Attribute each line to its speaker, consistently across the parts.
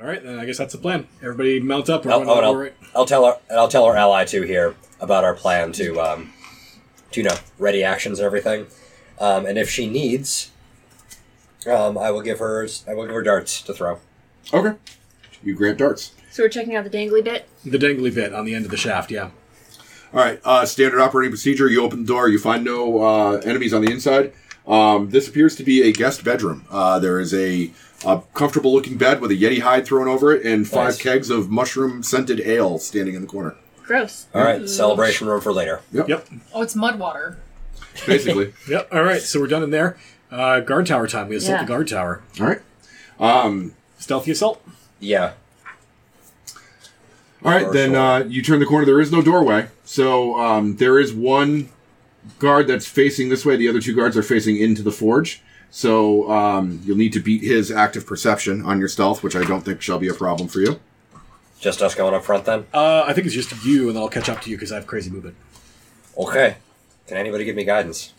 Speaker 1: All right, then I guess that's the plan. Everybody mount up. We're
Speaker 2: I'll,
Speaker 1: going
Speaker 2: oh, and
Speaker 1: over
Speaker 2: I'll,
Speaker 1: it.
Speaker 2: I'll tell our and I'll tell our ally too here about our plan to um, to you know ready actions and everything, um, and if she needs, um, I will give her I will give her darts to throw.
Speaker 3: Okay. You grant darts.
Speaker 4: So we're checking out the dangly bit.
Speaker 1: The dangly bit on the end of the shaft, yeah.
Speaker 3: All right. Uh, standard operating procedure. You open the door. You find no uh, enemies on the inside. Um, this appears to be a guest bedroom. Uh, there is a, a comfortable looking bed with a Yeti hide thrown over it and five
Speaker 2: Nice.
Speaker 3: kegs of mushroom scented ale standing in the corner.
Speaker 4: Gross.
Speaker 2: All right, celebration room for later.
Speaker 1: Yep,
Speaker 5: Oh, it's mud water.
Speaker 3: Basically.
Speaker 1: yep. All right, so we're done in there. Uh, guard tower time. We assault
Speaker 4: Yeah.
Speaker 1: the guard tower.
Speaker 3: All right.
Speaker 1: Stealthy assault.
Speaker 2: Yeah,
Speaker 3: All right,
Speaker 2: Or
Speaker 3: then
Speaker 2: short.
Speaker 3: uh, you turn the corner. There is no doorway, so um, there is one guard that's facing this way. The other two guards are facing into the forge. So um, you'll need to beat his active perception on your stealth, which I don't think shall be a problem for you.
Speaker 2: just us going up front then.
Speaker 1: Uh, I think it's just you, and then I'll catch up to you because I have crazy movement.
Speaker 2: Okay, can anybody give me guidance?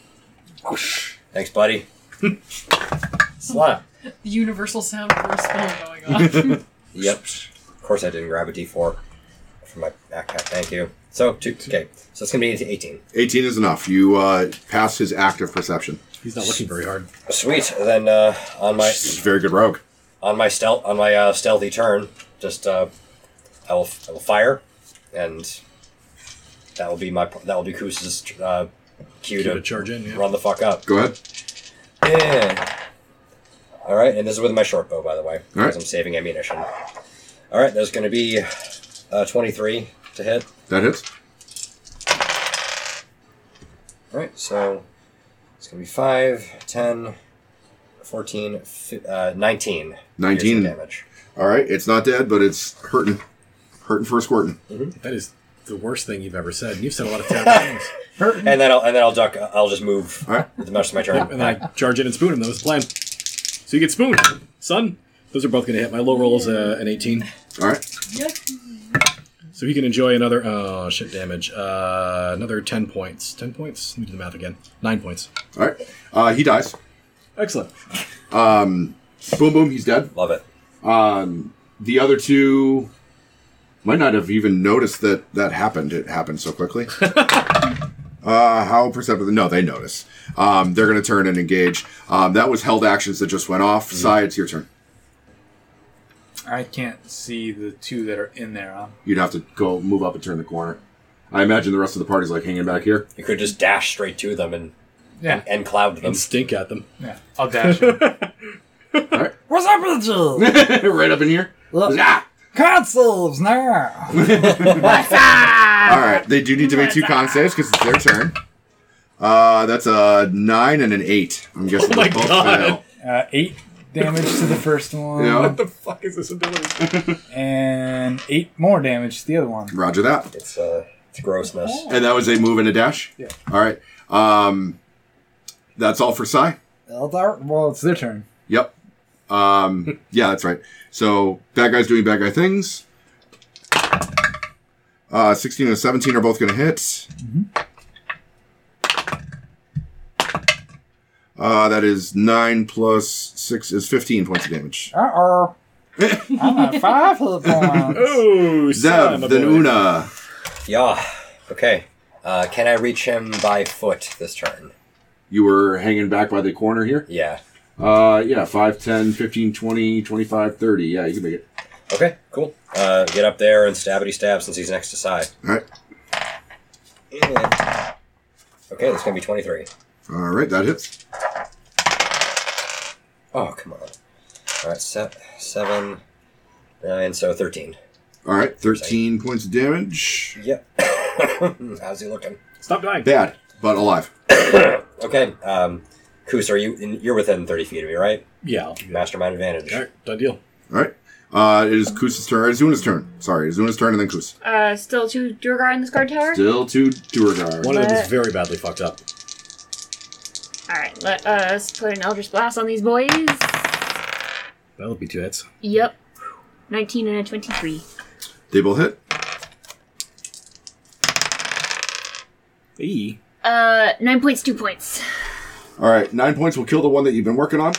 Speaker 2: Thanks, buddy. Slap.
Speaker 5: The universal sound of a spell going on.
Speaker 2: Yep. Of course, I didn't grab a D4 for my backpack. Thank you. So two. Okay, so it's gonna be eighteen.
Speaker 3: 18 is enough. You uh, pass his active perception.
Speaker 1: He's not looking very hard.
Speaker 2: Sweet. And then uh, on my
Speaker 3: He's a very good rogue.
Speaker 2: on my stealth on my uh, stealthy turn, just uh, I will I will fire, and that will be my that will be Koos's uh, cue
Speaker 1: Gonna
Speaker 2: to
Speaker 1: charge in. Yeah.
Speaker 2: run the fuck up.
Speaker 3: Go ahead.
Speaker 2: Yeah. All right, and this is with my short bow, by the way, because
Speaker 3: right.
Speaker 2: I'm saving ammunition. All right, there's going to be uh, 23 to hit.
Speaker 3: That hits.
Speaker 2: All right, so it's going to be 5, 10, 14, fi- uh, 19.
Speaker 3: 19.
Speaker 2: piercing damage.
Speaker 3: All right, it's not dead, but it's hurting. Hurting for a squirting.
Speaker 1: That is the worst thing you've ever said. And you've said a lot of terrible things.
Speaker 2: And then I'll and then I'll duck. I'll just move
Speaker 3: All right.
Speaker 2: with the most of my turn.
Speaker 1: And then I charge in and spoon him. That was the plan. So you get spooned, son. Those are both going to hit. My low roll is uh, an 18.
Speaker 3: All right.
Speaker 1: So he can enjoy another oh shit damage. Uh, another ten points. Ten points. Let me do the math again. Nine points.
Speaker 3: All right. Uh, he dies.
Speaker 1: Excellent.
Speaker 3: Boom, boom, he's dead.
Speaker 2: Love it.
Speaker 3: the other two might not have even noticed that that happened. It happened so quickly. uh, how perceptive? No, they notice. Um, they're going to turn and engage. Um, that was held actions that just went off.
Speaker 1: Mm-hmm.
Speaker 3: Sai, it's your turn.
Speaker 6: I can't see the two that are in there. Huh?
Speaker 3: You'd have to go move up and turn the corner. I imagine the rest of the party's like hanging back here.
Speaker 2: You could just dash straight to them and
Speaker 6: Yeah,
Speaker 2: and cloud them.
Speaker 1: And stink at them.
Speaker 6: yeah. I'll dash. in.
Speaker 3: All right,
Speaker 6: What's up with you?
Speaker 3: right up in here. Ah!
Speaker 6: Consoles now.
Speaker 3: All right, they do need to make two con saves because it's their turn. Uh, that's a nine and an eight. I'm guessing
Speaker 1: Oh my
Speaker 3: they both
Speaker 1: God.
Speaker 3: fail.
Speaker 6: Uh, eight damage to the first one,
Speaker 3: Yeah.
Speaker 1: the fuck is this ability?
Speaker 6: and eight more damage to the other one.
Speaker 3: Roger that.
Speaker 2: It's uh, it's grossness.
Speaker 5: Oh.
Speaker 3: And that was a move and a dash?
Speaker 6: Yeah.
Speaker 3: All right. Um, that's all for Psy?
Speaker 6: Well, it's their turn.
Speaker 3: Yep. Um, yeah, that's right. So, bad guys doing bad guy things. Uh, 16 and 17 are both going to hit.
Speaker 1: Mm-hmm.
Speaker 3: Uh, that is 9 plus 6 is 15 points of damage.
Speaker 6: Uh oh. I'm at five hit points.
Speaker 1: Oh, son
Speaker 3: Zev,
Speaker 1: of
Speaker 3: then
Speaker 1: a-
Speaker 3: Una.
Speaker 2: Yeah. Okay. Uh, can I reach him by foot this turn?
Speaker 3: You were hanging back by the corner here?
Speaker 2: Yeah.
Speaker 3: Uh, yeah, 5, 10, 15, 20, 25, 30. Yeah, you can make it.
Speaker 2: Okay. Cool. Uh, get up there and stabbity stab since he's next to Sai.
Speaker 3: All right.
Speaker 2: Yeah. Okay, that's gonna be twenty-three.
Speaker 3: All right, that hits.
Speaker 2: Oh come on. All right, se- seven, nine, so thirteen.
Speaker 3: All right, 13 points of damage.
Speaker 2: Yep. How's he looking?
Speaker 1: Stop dying.
Speaker 3: Bad, but alive.
Speaker 2: Okay. Um, Koos, are you? In, you're within thirty feet of me, right?
Speaker 1: Yeah. All
Speaker 2: Mastermind advantage.
Speaker 1: right. Done deal.
Speaker 3: All right. Uh, it is Kusa's turn. Or Zuna's turn. Sorry, Zuna's turn and then Kus.
Speaker 4: Uh, still two Durgar in this guard tower.
Speaker 3: Still to Duergar.
Speaker 1: One of them is
Speaker 4: What?
Speaker 1: very badly fucked up.
Speaker 4: All right, let us put an Eldritch Blast on these boys.
Speaker 1: That'll be two hits.
Speaker 4: Yep, 19 and a 23.
Speaker 3: They both hit.
Speaker 1: E.
Speaker 4: Uh, nine points, two points.
Speaker 3: All right, nine points will kill the one that you've been working on.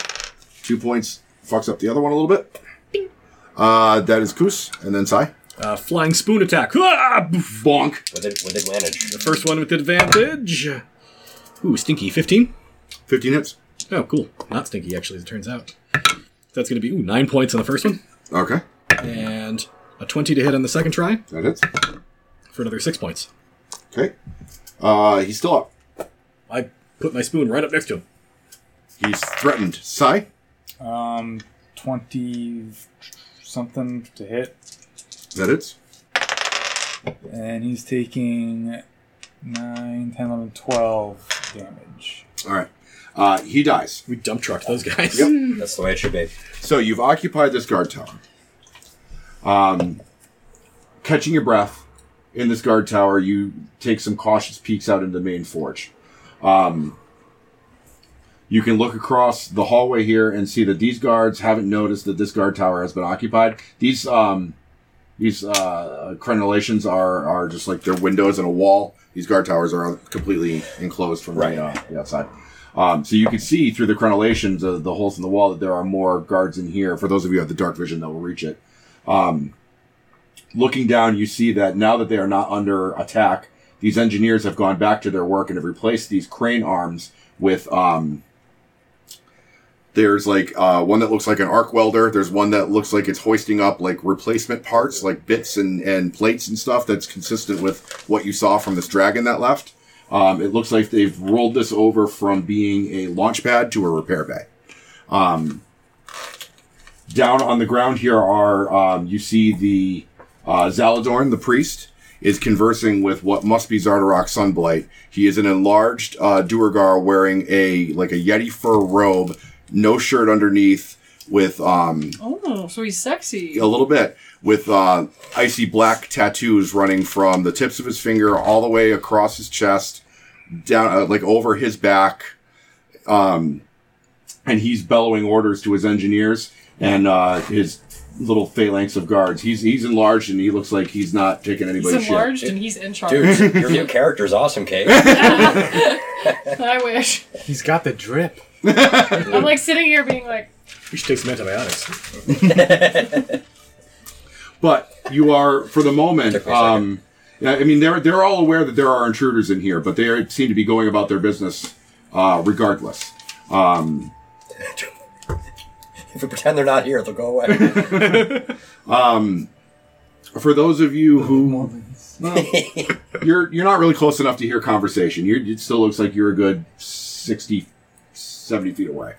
Speaker 3: Two points fucks up the other one a little bit. Uh, that is Kus, and then Sai.
Speaker 1: Uh, flying spoon attack. Ah, boof.
Speaker 3: Bonk.
Speaker 2: with, ad- with advantage.
Speaker 1: The first one with advantage. Ooh, stinky. 15?
Speaker 3: 15 hits.
Speaker 1: Oh, cool. Not stinky, actually, as it turns out. That's going to be, ooh, nine points on the first one.
Speaker 3: Okay.
Speaker 1: And a 20 to hit on the second try
Speaker 3: That hits.
Speaker 1: for another six points.
Speaker 3: Okay. Uh, he's still up.
Speaker 1: I put my spoon right up next to him.
Speaker 3: He's threatened. Sai.
Speaker 6: Um, 20 something to hit.
Speaker 3: That hits.
Speaker 6: And he's taking 9, 10, 11, 12 damage.
Speaker 3: All right. Uh, he dies.
Speaker 1: We dump trucked those guys.
Speaker 2: That's the way it should be.
Speaker 3: So you've occupied this guard tower. Um, catching your breath in this guard tower, you take some cautious peeks out into the main forge. Um, you can look across the hallway here and see that these guards haven't noticed that this guard tower has been occupied. These um, these uh, crenellations are are just like they're windows and a wall. These guard towers are completely enclosed from
Speaker 2: Right.
Speaker 3: the, uh, the outside. Um, so you can see through the crenellations, uh, the holes in the wall, that there are more guards in here. For those of you who have the dark vision that will reach it, Um, looking down, you see that now that they are not under attack, these engineers have gone back to their work and have replaced these crane arms with um. There's like uh, one that looks like an arc welder. There's one that looks like it's hoisting up like replacement parts, like bits and, and plates and stuff. That's consistent with what you saw from this dragon that left. Um, it looks like they've rolled this over from being a launch pad to a repair bay Um, down on the ground here are um, you see the uh, Zaladorn, the priest, is conversing with what must be Zardarok Sunblight. He is an enlarged uh, Duergar wearing a like a Yeti fur robe, no shirt underneath, with um,
Speaker 5: Oh, so he's sexy.
Speaker 3: a little bit with uh, icy black tattoos running from the tips of his finger all the way across his chest, down uh, like over his back, um, and he's bellowing orders to his engineers and uh, his little phalanx of guards. He's he's enlarged and he looks like he's not taking
Speaker 5: He's
Speaker 3: anybody's shit.
Speaker 5: enlarged and he's in charge.
Speaker 2: Dude, your new character's awesome, Kate.
Speaker 5: I wish.
Speaker 6: He's got the drip.
Speaker 5: I'm like sitting here being like,
Speaker 1: We should take some antibiotics.
Speaker 3: But you are for the moment.
Speaker 2: Took me a second.
Speaker 3: Um, yeah, I mean they're they're all aware that there are intruders in here, but they are, seem to be going about their business uh, regardless.
Speaker 2: if we pretend they're not here, they'll go away.
Speaker 3: for those of you who you're you're not really close enough to hear conversation you it still looks like you're a good 60 70 feet away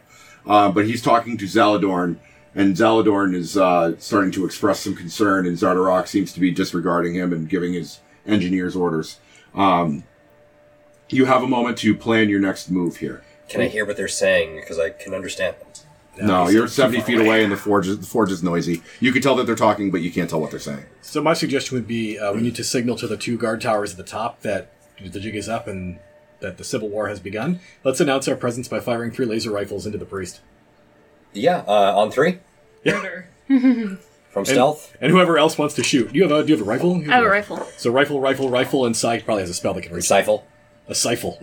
Speaker 3: uh, but he's talking to zaladorn and zaladorn is uh, starting to express some concern and zardarok seems to be disregarding him and giving his engineers orders um, you have a moment to plan your next move here
Speaker 2: Can I hear what they're saying? Because I can understand them.
Speaker 3: no you're 70 feet away and the forge is, the forge is noisy you can tell that they're talking but you can't tell what they're saying
Speaker 1: So my suggestion would be uh, we need to signal to the two guard towers at the top that the jig is up and that the civil war has begun. Let's announce our presence by firing three laser rifles into the priest.
Speaker 2: Yeah, uh, on three
Speaker 5: murder.
Speaker 2: from stealth.
Speaker 1: And whoever else wants to shoot. Do you have a, do you have a rifle? You
Speaker 4: I have a rifle.
Speaker 1: So rifle, rifle, rifle, and Psy probably has a spell that can reach.
Speaker 2: Sifle.
Speaker 1: A sifle.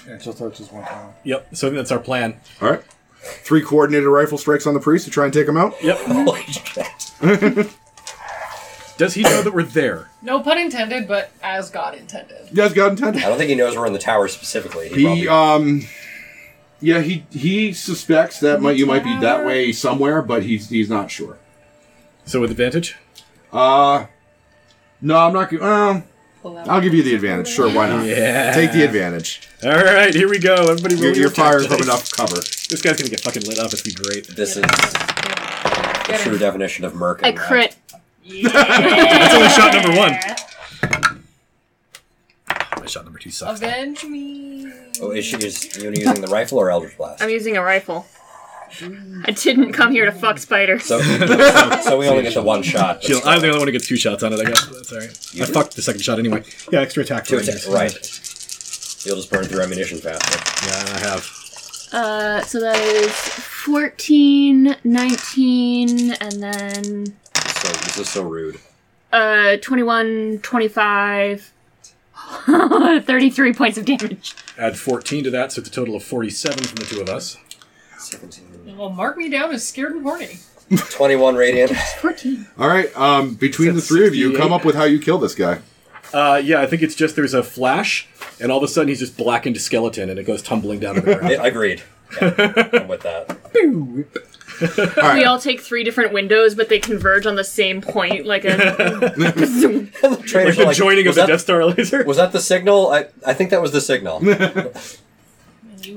Speaker 6: And she'll touch his one time.
Speaker 1: yep. So I think that's our plan.
Speaker 3: all right three coordinated rifle strikes on the priest to try and take him out
Speaker 1: Yep.
Speaker 2: Holy shit.
Speaker 1: Does he know that we're there?
Speaker 5: No pun intended, but as God intended.
Speaker 3: You guys got intended.
Speaker 2: I don't think he knows we're in the tower specifically. He
Speaker 3: He
Speaker 2: probably,
Speaker 3: um yeah, he he suspects that might you might be that way somewhere, but he's he's not sure.
Speaker 1: So with advantage.
Speaker 3: No, I'm not. Um,
Speaker 5: Pull out.
Speaker 3: I'll give you the advantage. Sure, why not?
Speaker 1: Yeah.
Speaker 3: Take the advantage.
Speaker 1: All right, here we go. Everybody, roll
Speaker 3: You're,
Speaker 1: your
Speaker 3: you're firing
Speaker 1: attack dice.
Speaker 3: from enough cover.
Speaker 1: This guy's gonna get fucking lit up. It's gonna be great.
Speaker 2: this is
Speaker 5: Get
Speaker 2: the
Speaker 5: it.
Speaker 2: true definition of merc.
Speaker 4: I
Speaker 2: and rap.
Speaker 4: crit.
Speaker 1: That's only shot number one. My shot number two sucks.
Speaker 5: Avenge me.
Speaker 2: Oh, is she is you using the rifle or Eldritch Blast?
Speaker 4: I'm using a rifle. I didn't come here to fuck spiders.
Speaker 2: so, so, so we only get the one shot. but
Speaker 1: Shield.
Speaker 2: still.
Speaker 1: I'm the only one who gets two shots on it. I guess that's all right. I fucked the second shot anyway. Yeah, extra attack.
Speaker 2: Two
Speaker 1: for
Speaker 2: atta-
Speaker 1: rangers.
Speaker 2: right. You'll just burn through ammunition faster.
Speaker 1: Yeah, I have.
Speaker 4: Uh, so that is 14, 19, and then
Speaker 2: So this is so rude.
Speaker 4: uh 21, 25, 33 points of damage.
Speaker 1: Add 14 to that, so it's a total of 47 from the two of us.
Speaker 2: Seventeen.
Speaker 5: Well, mark me down as scared and horny.
Speaker 2: 21 radiant.
Speaker 4: 14.
Speaker 3: All right, um, between the
Speaker 1: That's
Speaker 3: three of you, come
Speaker 1: 68.
Speaker 3: up with how you kill this guy.
Speaker 1: Uh, yeah, I think it's just there's a flash, and all of a sudden he's just blackened to skeleton, and it goes tumbling down to the ground.
Speaker 2: I- agreed. Yeah, I'm with that.
Speaker 3: All
Speaker 4: We
Speaker 3: right,
Speaker 4: all take three different windows, but they converge on the same point, like a.
Speaker 2: the
Speaker 1: like
Speaker 2: traders were
Speaker 1: the joining of
Speaker 2: was
Speaker 1: the
Speaker 2: that,
Speaker 1: Death Star laser.
Speaker 2: Was that the signal? I, I think that was the signal.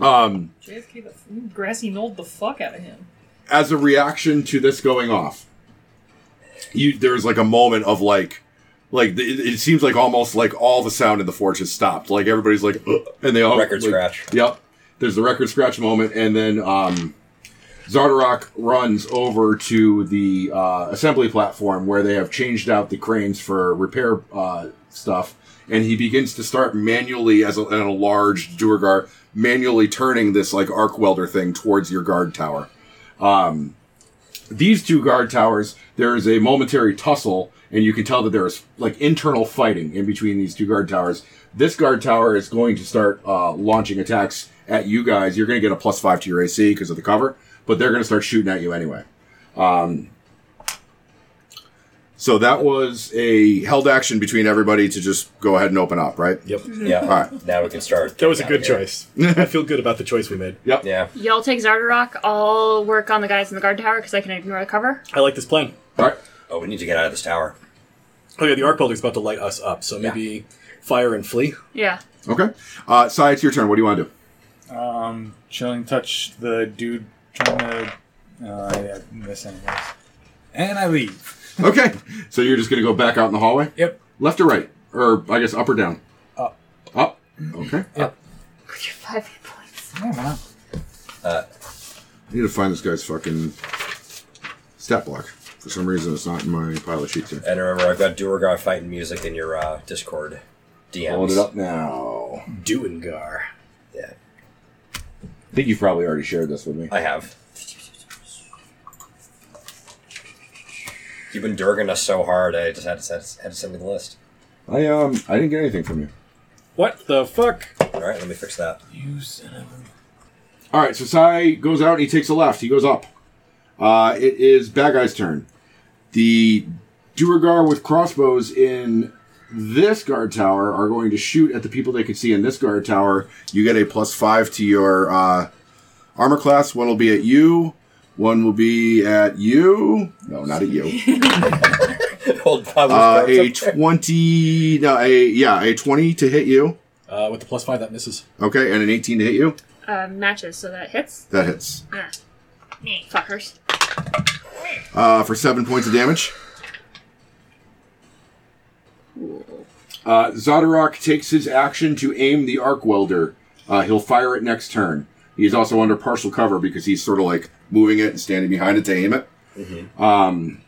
Speaker 3: um,
Speaker 5: JFK, the f- you grassy knolled the fuck out of him.
Speaker 3: as a reaction to this going off, you there's like a moment of like, like the- it, it seems like almost like all the sound in the forge has stopped. Like everybody's like, "Ugh," and they all
Speaker 2: Record
Speaker 3: like-
Speaker 2: scratch.
Speaker 3: Yep, there's the record scratch moment, and then um, Zardarok runs over to the uh, assembly platform where they have changed out the cranes for repair uh, stuff, and he begins to start manually, as a, in a large Durgar, manually turning this like arc welder thing towards your guard tower. Um, these two guard towers, there is a momentary tussle, and you can tell that there is like internal fighting in between these two guard towers. This guard tower is going to start uh, launching attacks at you guys. You're going to get a plus five to your AC because of the cover, but they're going to start shooting at you anyway. Um, so that was a held action between everybody to just go ahead and open up, right?
Speaker 1: yep,
Speaker 2: Yeah.
Speaker 3: All right.
Speaker 2: Now we can start.
Speaker 1: that was a
Speaker 2: getting
Speaker 1: good
Speaker 2: out of
Speaker 1: choice. I feel good about the choice we made.
Speaker 3: Yep.
Speaker 2: here. Yeah.
Speaker 4: Y'all take Zardarok. I'll work on the guys in the guard tower because I can ignore the cover.
Speaker 1: I like this plan.
Speaker 3: All right.
Speaker 2: Oh, we need to get out of this tower.
Speaker 1: Oh yeah, the arc welder's about to light us up, so maybe fire and flee.
Speaker 4: Yeah.
Speaker 3: Okay. Uh, Sai, it's your turn. What do you want to do?
Speaker 6: Um, chilling touch the dude trying to. Uh, yeah, miss anyways. And I leave.
Speaker 3: Okay. So you're just going to go back out in the hallway?
Speaker 6: Yep.
Speaker 3: Left or right? Or I guess up or down?
Speaker 6: Up.
Speaker 3: Up? Okay.
Speaker 4: With your five hit points.
Speaker 6: Yeah, why not?
Speaker 3: I need to find this guy's fucking stat block. For some reason, it's not in my pile of sheets here.
Speaker 2: And remember, I've got Duergar fighting music in your uh, Discord DMs.
Speaker 3: Hold it up now.
Speaker 1: Duengar.
Speaker 2: Yeah,
Speaker 3: I think you've probably already shared this with me.
Speaker 2: I have. You've been Durging us so hard, I just had to, had to- had to send me the list.
Speaker 3: I um, I didn't get anything from you.
Speaker 1: What the fuck?
Speaker 2: All right, let me fix that.
Speaker 6: You son of a.
Speaker 3: All right, so Sai goes out and he takes a left. He goes up. Uh, it is Bad Guy's turn. The Duergar with crossbows in this guard tower are going to shoot at the people they can see in this guard tower. You get a plus five to your uh, armor class. One will be at you. One will be at you. No, not at you.
Speaker 2: Hold Pablo's
Speaker 3: Uh,
Speaker 2: cards
Speaker 3: a
Speaker 2: up there.
Speaker 3: twenty. No, a yeah, a twenty to hit you.
Speaker 1: Uh, with the plus five, that misses.
Speaker 3: Okay, and an eighteen to hit you.
Speaker 4: Uh, matches, so that hits.
Speaker 3: That hits
Speaker 4: Yeah. Fuckers.
Speaker 3: uh, for seven points of damage.
Speaker 4: Ooh.
Speaker 3: Uh, Zodarok takes his action to aim the arc welder. Uh, he'll fire it next turn. He's also under partial cover because he's sort of like moving it and standing behind it to aim it. Um,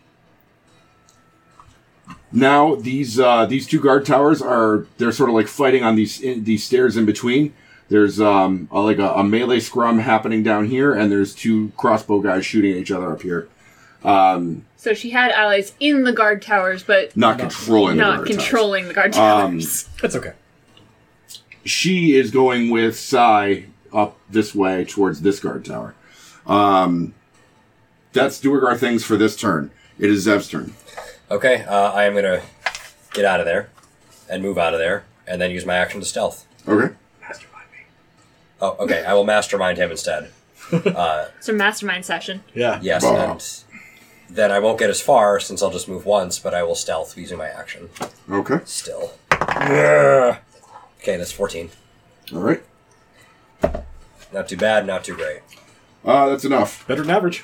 Speaker 3: now these uh, these two guard towers are they're sort of like fighting on these in, these stairs in between. There's um, a, like a, a melee scrum happening down here, and there's two crossbow guys shooting at each other up here. Um,
Speaker 4: So she had allies in the guard towers, but
Speaker 3: not controlling. the
Speaker 4: not
Speaker 3: guard towers. Um,
Speaker 4: controlling the guard towers.
Speaker 1: That's okay.
Speaker 3: she is going with Sai up this way towards this guard tower. Um, that's Duergar things for this turn. It is Zev's turn.
Speaker 2: Okay, uh, I am going to get out of there and move out of there and then use my action to stealth.
Speaker 3: Okay.
Speaker 2: Oh, okay, I will mastermind him instead.
Speaker 4: it's a mastermind session.
Speaker 1: Yeah.
Speaker 2: Yes,
Speaker 3: Wow.
Speaker 2: and then I won't get as far since I'll just move once, but I will stealth using my action
Speaker 3: Okay.
Speaker 2: still. Okay, that's 14.
Speaker 3: All right.
Speaker 2: Not too bad, not too great.
Speaker 3: Uh, that's enough.
Speaker 1: Better than average.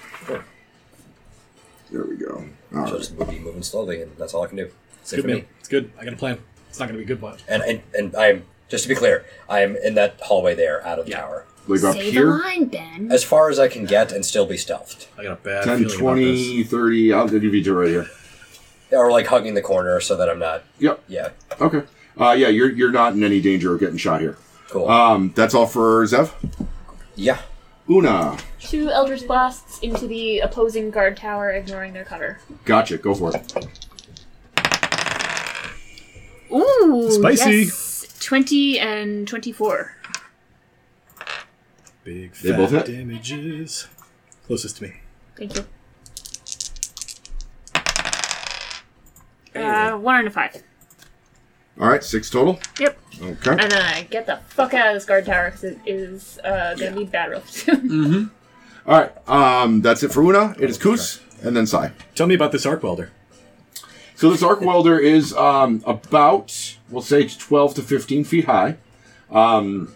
Speaker 3: There we go. All
Speaker 2: So I'll
Speaker 3: right.
Speaker 2: just be moving slowly, and that's all I can do. Save
Speaker 1: Good
Speaker 2: for
Speaker 1: man.
Speaker 2: me.
Speaker 1: It's good. I got a plan. It's not going to be a good one.
Speaker 2: And, and and I'm just to be clear, I am in that hallway there, out of the
Speaker 1: Yeah.
Speaker 2: tower,
Speaker 3: Like up
Speaker 4: Say the
Speaker 3: here.
Speaker 4: line, Ben.
Speaker 2: as far as I can get, and still be stealthed,
Speaker 1: I got a bad
Speaker 3: 10,
Speaker 1: feeling about this.
Speaker 3: 20, 30. I'll give you two right here.
Speaker 2: or like hugging the corner so that I'm not.
Speaker 3: Yep.
Speaker 2: Yeah,
Speaker 3: Okay. Uh, yeah, you're, you're not in any danger of getting shot here.
Speaker 2: cool.
Speaker 3: Um, that's all for Zev.
Speaker 2: yeah,
Speaker 3: Una.
Speaker 4: Two Eldritch Blasts into the opposing guard tower, ignoring their cover.
Speaker 3: Gotcha. Go for it.
Speaker 4: Ooh,
Speaker 1: Spicy.
Speaker 4: yes. Twenty and twenty-four.
Speaker 1: Big fat
Speaker 3: They both hit?
Speaker 1: damages. Closest to me.
Speaker 4: Thank you. Uh, one and a five.
Speaker 3: All right, six total.
Speaker 4: Yep.
Speaker 3: Okay.
Speaker 4: And then I get the fuck out of this guard tower because it is uh, gonna be bad real soon.
Speaker 3: All right. Um, that's it for Una. It is Kus and then Sai.
Speaker 1: Tell me about this arc welder.
Speaker 3: So this arc welder is um, about, we'll say, twelve to fifteen feet high, um,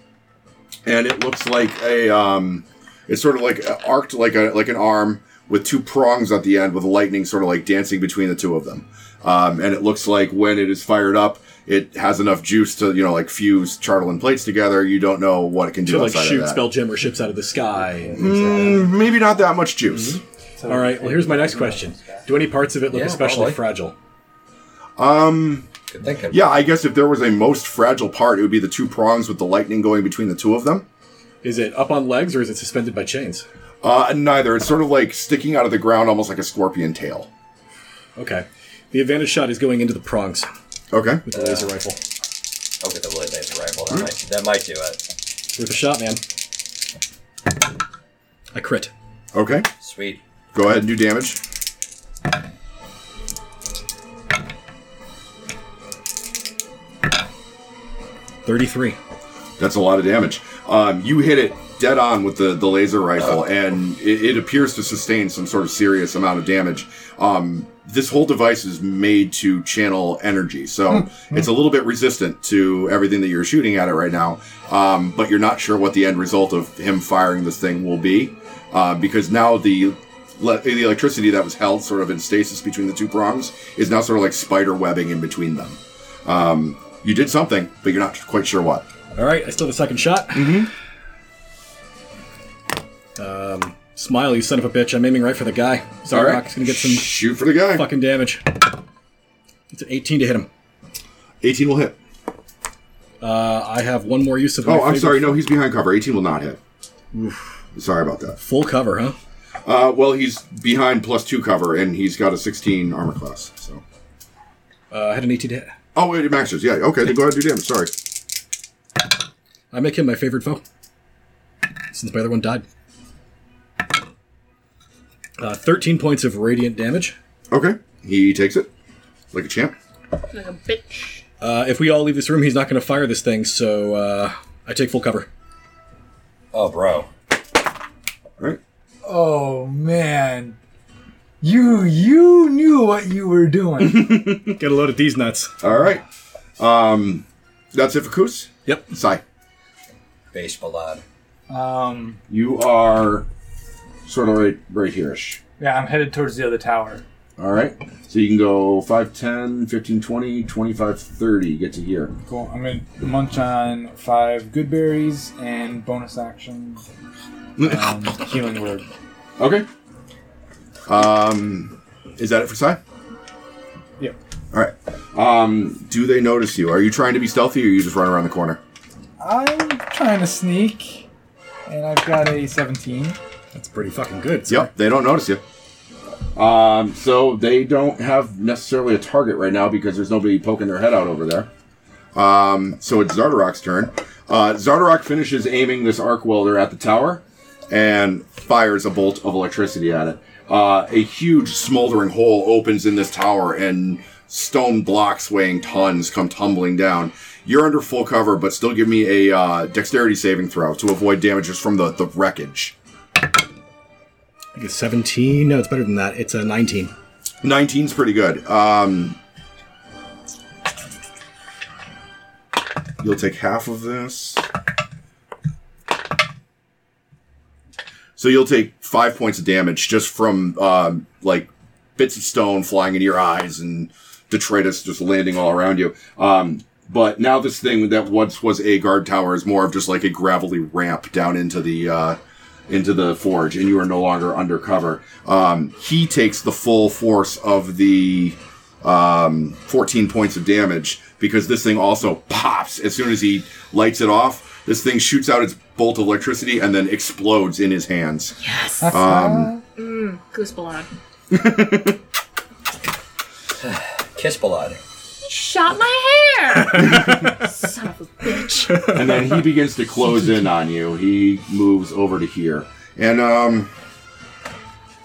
Speaker 3: and it looks like a. Um, it's sort of like uh, arced like a like an arm with two prongs at the end with lightning sort of like dancing between the two of them, um, and it looks like when it is fired up, it has enough juice to you know like fuse chartle and plates together. You don't know what it can do
Speaker 1: To like
Speaker 3: outside
Speaker 1: shoot
Speaker 3: of that.
Speaker 1: spell gem or ships out of the sky. and things like that.
Speaker 3: Mm, maybe not that much
Speaker 1: Mm-hmm.
Speaker 3: juice.
Speaker 1: All right. Well, here's my next question. Do any parts of it look
Speaker 2: Yeah,
Speaker 1: especially
Speaker 2: probably.
Speaker 1: fragile?
Speaker 2: Good thinking.
Speaker 3: Yeah, I guess if there was a most fragile part, it would be the two prongs with the lightning going between the two of them.
Speaker 1: Is it up on legs or is it suspended by chains?
Speaker 3: Uh, neither. It's sort of like sticking out of the ground, almost like a scorpion tail.
Speaker 1: Okay. The advantage shot is going into the prongs
Speaker 3: Okay.
Speaker 1: with the laser rifle.
Speaker 2: I'll get the Willie Bates rifle. That, might, that might do it.
Speaker 1: Worth a shot, man. I crit.
Speaker 3: Okay.
Speaker 2: Sweet.
Speaker 3: Go ahead and do damage.
Speaker 1: Thirty-three.
Speaker 3: That's a lot of damage. Um, you hit it dead on with the, the laser rifle, and it, it appears to sustain some sort of serious amount of damage. Um, this whole device is made to channel energy, so it's a little bit resistant to everything that you're shooting at it right now. Um, but you're not sure what the end result of him firing this thing will be, uh, because now the le- the electricity that was held sort of in stasis between the two prongs is now sort of like spider webbing in between them. Um, you did something, but you're not quite sure what.
Speaker 1: All right. I still have a second shot. Mm-hmm. Um, smile, you son of a bitch. I'm aiming right for the guy.
Speaker 3: All
Speaker 1: Zarok's
Speaker 3: right,
Speaker 1: gonna get some
Speaker 3: shoot for the guy.
Speaker 1: fucking damage. It's an 18 to hit him.
Speaker 3: 18 will hit.
Speaker 1: Uh, I have one more use of. my
Speaker 3: Oh, I'm
Speaker 1: favorite-
Speaker 3: sorry. No, he's behind cover. 18 will not hit. Sorry about that.
Speaker 1: Full cover, huh?
Speaker 3: Uh, well, he's behind plus two cover, and he's got a 16 armor class. So.
Speaker 1: Uh, I had an 18 to hit.
Speaker 3: Oh, wait, it maxes. Yeah. Okay. Then go ahead and do damage. Sorry.
Speaker 1: I make him my favorite foe. Since my other one died. Uh, 13 points of radiant damage.
Speaker 3: Okay. He takes it like a champ.
Speaker 4: like a bitch.
Speaker 1: Uh, if we all leave this room, he's not going to fire this thing, so uh, I take full cover.
Speaker 2: Oh, bro.
Speaker 3: All right.
Speaker 7: Oh man, you you knew what you were doing.
Speaker 1: Get a load of these nuts.
Speaker 3: All right. Um, that's it for Koos.
Speaker 1: Yep.
Speaker 3: Sai,
Speaker 2: Base ballad.
Speaker 7: um,
Speaker 3: you are sort of right, right here ish.
Speaker 7: yeah, I'm headed towards the other tower.
Speaker 3: All right. So you can go 5, 10, 15, 20, 25, 30. Get to here.
Speaker 6: Cool. I'm gonna munch on five good berries and bonus action um, healing word.
Speaker 3: Okay. Um, is that it for Sai?
Speaker 6: Yep.
Speaker 3: All right. Um, do they notice you? Are you trying to be stealthy, or you just run around the corner?
Speaker 6: I'm trying to sneak, and I've got a 17.
Speaker 1: That's pretty fucking good. sir.
Speaker 3: Yep, they don't notice you. Um, so they don't have necessarily a target right now because there's nobody poking their head out over there. Um, so it's Zardarok's turn. Uh, Zardarok finishes aiming this arc welder at the tower and fires a bolt of electricity at it. Uh, a huge smoldering hole opens in this tower and stone blocks weighing tons come tumbling down. You're under full cover, but still give me a uh, dexterity saving throw to avoid damages from the, the wreckage.
Speaker 1: I think it's 17. No, it's better than that. It's a 19.
Speaker 3: 19's pretty good. Um, you'll take half of this. So you'll take five points of damage just from um, like bits of stone flying into your eyes and detritus just landing all around you. Um, but now this thing that once was a guard tower is more of just like a gravelly ramp down into the uh, into the forge, and you are no longer undercover. Um, he takes the full force of the um, 14 points of damage because this thing also pops as soon as he lights it off. This thing shoots out its bolt of electricity and then explodes in his hands.
Speaker 6: Uh,
Speaker 4: Yes. Goose blood.
Speaker 2: Kiss ballad.
Speaker 4: Shot my hair. Son of a bitch.
Speaker 3: and then he begins to close in on you. He moves over to here, and um,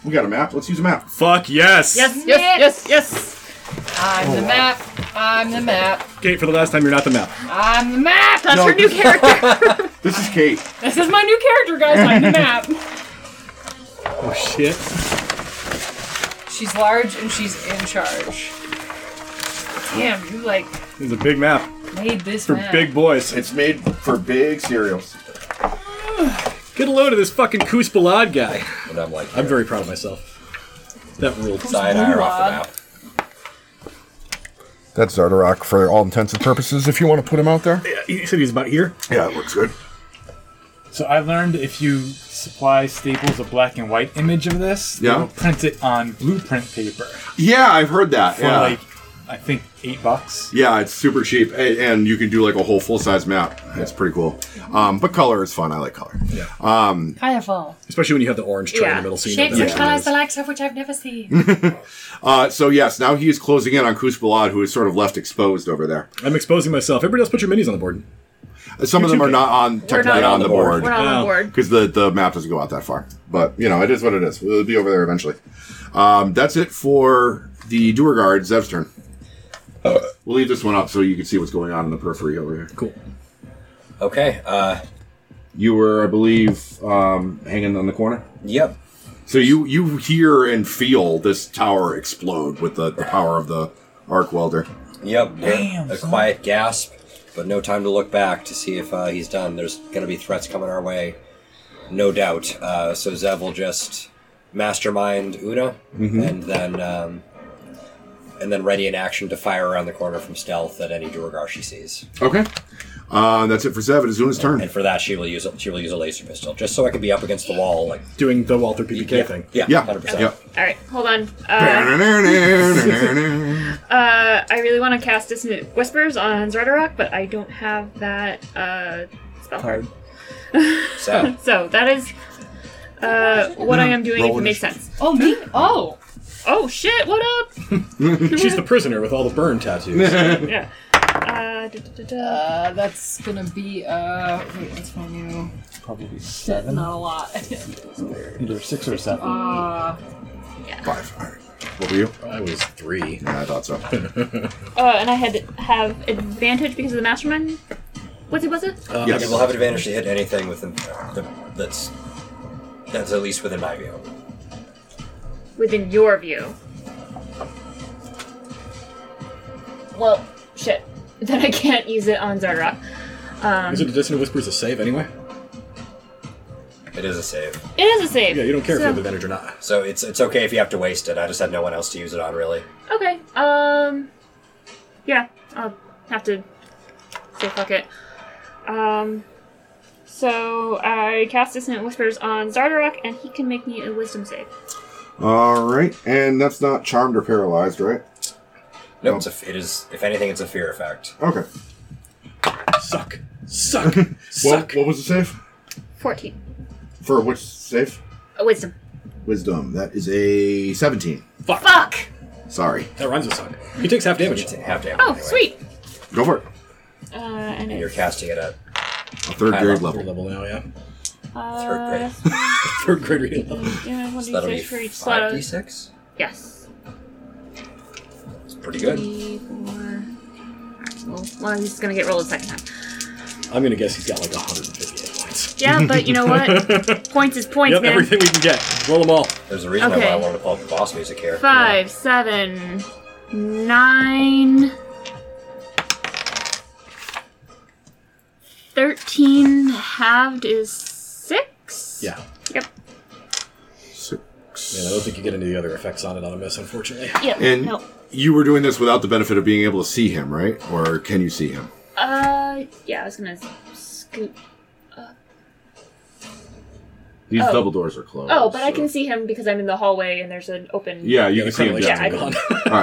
Speaker 3: we got a map. Let's use a map.
Speaker 1: Fuck yes!
Speaker 4: Yes. Yes. Yes. Yes.
Speaker 5: I'm the map. I'm the map.
Speaker 1: Kate, for the last time, you're not the map.
Speaker 5: I'm the map.
Speaker 4: That's her new character.
Speaker 3: This is Kate.
Speaker 5: This is my new character, guys. I'm the map.
Speaker 1: Oh shit.
Speaker 5: She's large and she's in charge. Damn, you like
Speaker 1: It's a big map
Speaker 5: made this
Speaker 1: for
Speaker 5: map.
Speaker 1: big boys.
Speaker 3: It's made for big cereals.
Speaker 1: Get a load of this fucking Koos Balad guy.
Speaker 2: And I'm like,
Speaker 1: I'm very proud of myself. That ruled.
Speaker 2: Sayonara off the map.
Speaker 3: That's Zardarok for all intents and purposes, if you want to put him out there.
Speaker 1: He said he's about here.
Speaker 3: Yeah, it looks good.
Speaker 6: So I learned if you supply Staples a black and white image of this,
Speaker 3: Yeah.
Speaker 6: they will print it on blueprint paper
Speaker 3: Yeah, I've heard that.
Speaker 6: for
Speaker 3: yeah.
Speaker 6: like I think eight bucks.
Speaker 3: yeah, it's super cheap, a- and you can do like a whole full size map. It's pretty cool. Um, but color is fun. I like color.
Speaker 1: Yeah.
Speaker 5: Firefall.
Speaker 1: Especially when you have the orange tray in the
Speaker 4: yeah.
Speaker 1: middle, so you know
Speaker 4: Shapes
Speaker 1: that
Speaker 4: and
Speaker 1: actually
Speaker 4: colors
Speaker 1: is.
Speaker 4: the likes of which I've never seen.
Speaker 3: Uh, so yes, now he is closing in on Kuzbalad, who is sort of left exposed over there. Uh,
Speaker 1: I'm exposing myself. Everybody else, put your minis on the board.
Speaker 3: Some of them are not on technically
Speaker 4: not
Speaker 3: on the board.
Speaker 4: We're not
Speaker 1: Wow.
Speaker 4: on board.
Speaker 3: because the, the map doesn't go out that far. But you know, it is what it is. It'll be over there eventually. Um, that's it for the Doer Guard. Zev's turn. We'll leave this one up so you can see what's going on in the periphery over here.
Speaker 1: Cool.
Speaker 2: Okay. Uh,
Speaker 3: You were, I believe, um, hanging on the corner.
Speaker 2: yep.
Speaker 3: So you you hear and feel this tower explode with the, the power of the arc welder.
Speaker 2: Yep. a quiet gasp, but no time to look back to see if uh, he's done. There's going to be threats coming our way, no doubt. Uh, so Zev will just mastermind Una,
Speaker 1: Mm-hmm.
Speaker 2: and then um, and then ready in action to fire around the corner from stealth at any Duergar she sees.
Speaker 3: Okay. Uh, that's it for Zev. It is Una's turn.
Speaker 2: And for that, she will use a, she will use a laser pistol, just so I can be up against the wall, like
Speaker 1: Doing the Walther PPK thing.
Speaker 2: yeah,
Speaker 3: Yeah.
Speaker 2: 100%.
Speaker 3: Yep.
Speaker 4: All right, hold on. Uh, uh, I really want to cast Dissonant Whispers on Zardarok, but I don't have that uh, spell card.
Speaker 2: So
Speaker 4: So that is uh, what I am doing if it makes sense.
Speaker 5: Oh me? Oh.
Speaker 4: Oh shit! What up?
Speaker 1: She's the prisoner with all the burn tattoos.
Speaker 4: Yeah. Uh, da, da, da, da.
Speaker 5: Uh, that's gonna be uh. Wait, what's my new?
Speaker 6: Probably
Speaker 5: Shit,
Speaker 6: seven,
Speaker 5: not a lot.
Speaker 6: either six or seven.
Speaker 5: uh,
Speaker 3: Five. All right. What were you?
Speaker 1: I was three.
Speaker 3: Yeah, I thought so.
Speaker 4: Uh, and I had have advantage because of the mastermind. What's it? What's it?
Speaker 1: Um,
Speaker 3: Yes.
Speaker 2: it will have advantage to hit anything within the, that's that's at least within my view.
Speaker 4: Within your view. Well, shit. Then I can't use it on Zardarok.
Speaker 1: Is it a distant whispers a save anyway?
Speaker 2: It is a save.
Speaker 4: It is a save.
Speaker 1: Yeah, you don't care if you
Speaker 4: so-
Speaker 1: have advantage or not.
Speaker 2: So it's it's okay if you have to waste it. I just had no one else to use it on really.
Speaker 4: Okay. Um. Yeah, I'll have to say fuck it. Um. So I cast Dissonant Whispers on Zardarok, and he can make me a Wisdom save.
Speaker 3: All right, and that's not charmed or paralyzed, right?
Speaker 2: No, it's a, it is if anything it's a fear effect.
Speaker 3: Okay.
Speaker 1: Suck. Suck.
Speaker 3: What,
Speaker 1: Suck.
Speaker 3: what was the save?
Speaker 4: Fourteen.
Speaker 3: For which save?
Speaker 4: A wisdom.
Speaker 3: Wisdom. That is a 17.
Speaker 1: Fuck.
Speaker 4: Fuck.
Speaker 3: Sorry.
Speaker 1: That rhymes with suck. He takes half damage.
Speaker 2: It's half damage.
Speaker 4: Oh,
Speaker 2: anyway.
Speaker 4: sweet.
Speaker 3: Go for it.
Speaker 4: Uh, and
Speaker 2: And you're
Speaker 4: it's
Speaker 2: casting it at
Speaker 3: A third
Speaker 2: High
Speaker 3: grade
Speaker 1: Third
Speaker 3: level.
Speaker 1: level now, yeah.
Speaker 2: third grade.
Speaker 1: Third grade reading level.
Speaker 4: Yeah, one
Speaker 2: So that'll be
Speaker 4: d6 for each slot.
Speaker 2: five d
Speaker 4: of-
Speaker 2: six.
Speaker 4: Yes.
Speaker 2: It's pretty good.
Speaker 4: D four. Alright, well, one of these is gonna get rolled a second time.
Speaker 1: I'm gonna guess he's got like 158 points.
Speaker 4: Yeah, but you know what? points is points,
Speaker 1: Yep,
Speaker 4: man.
Speaker 1: everything we can get. Roll them all.
Speaker 2: There's a reason
Speaker 4: Okay.
Speaker 2: why I wanted to pull up the boss music here.
Speaker 4: Five, seven, nine, thirteen halved is six.
Speaker 1: Yeah.
Speaker 4: Yep.
Speaker 3: Six.
Speaker 1: Yeah, I don't think you get any of the other effects on it on a miss, unfortunately.
Speaker 4: Yep.
Speaker 3: And
Speaker 4: no.
Speaker 3: you were doing this without the benefit of being able to see him, right? Or can you see him?
Speaker 4: Uh, yeah, I was gonna scoot.
Speaker 3: These
Speaker 4: Oh.
Speaker 3: double doors are closed.
Speaker 4: Oh, but I can
Speaker 3: so-
Speaker 4: see him because I'm in the hallway and there's an open.
Speaker 3: Yeah, you
Speaker 1: the
Speaker 3: can see him.
Speaker 1: correlations
Speaker 4: Yeah, I
Speaker 1: are
Speaker 3: definitely.
Speaker 1: gone.
Speaker 3: All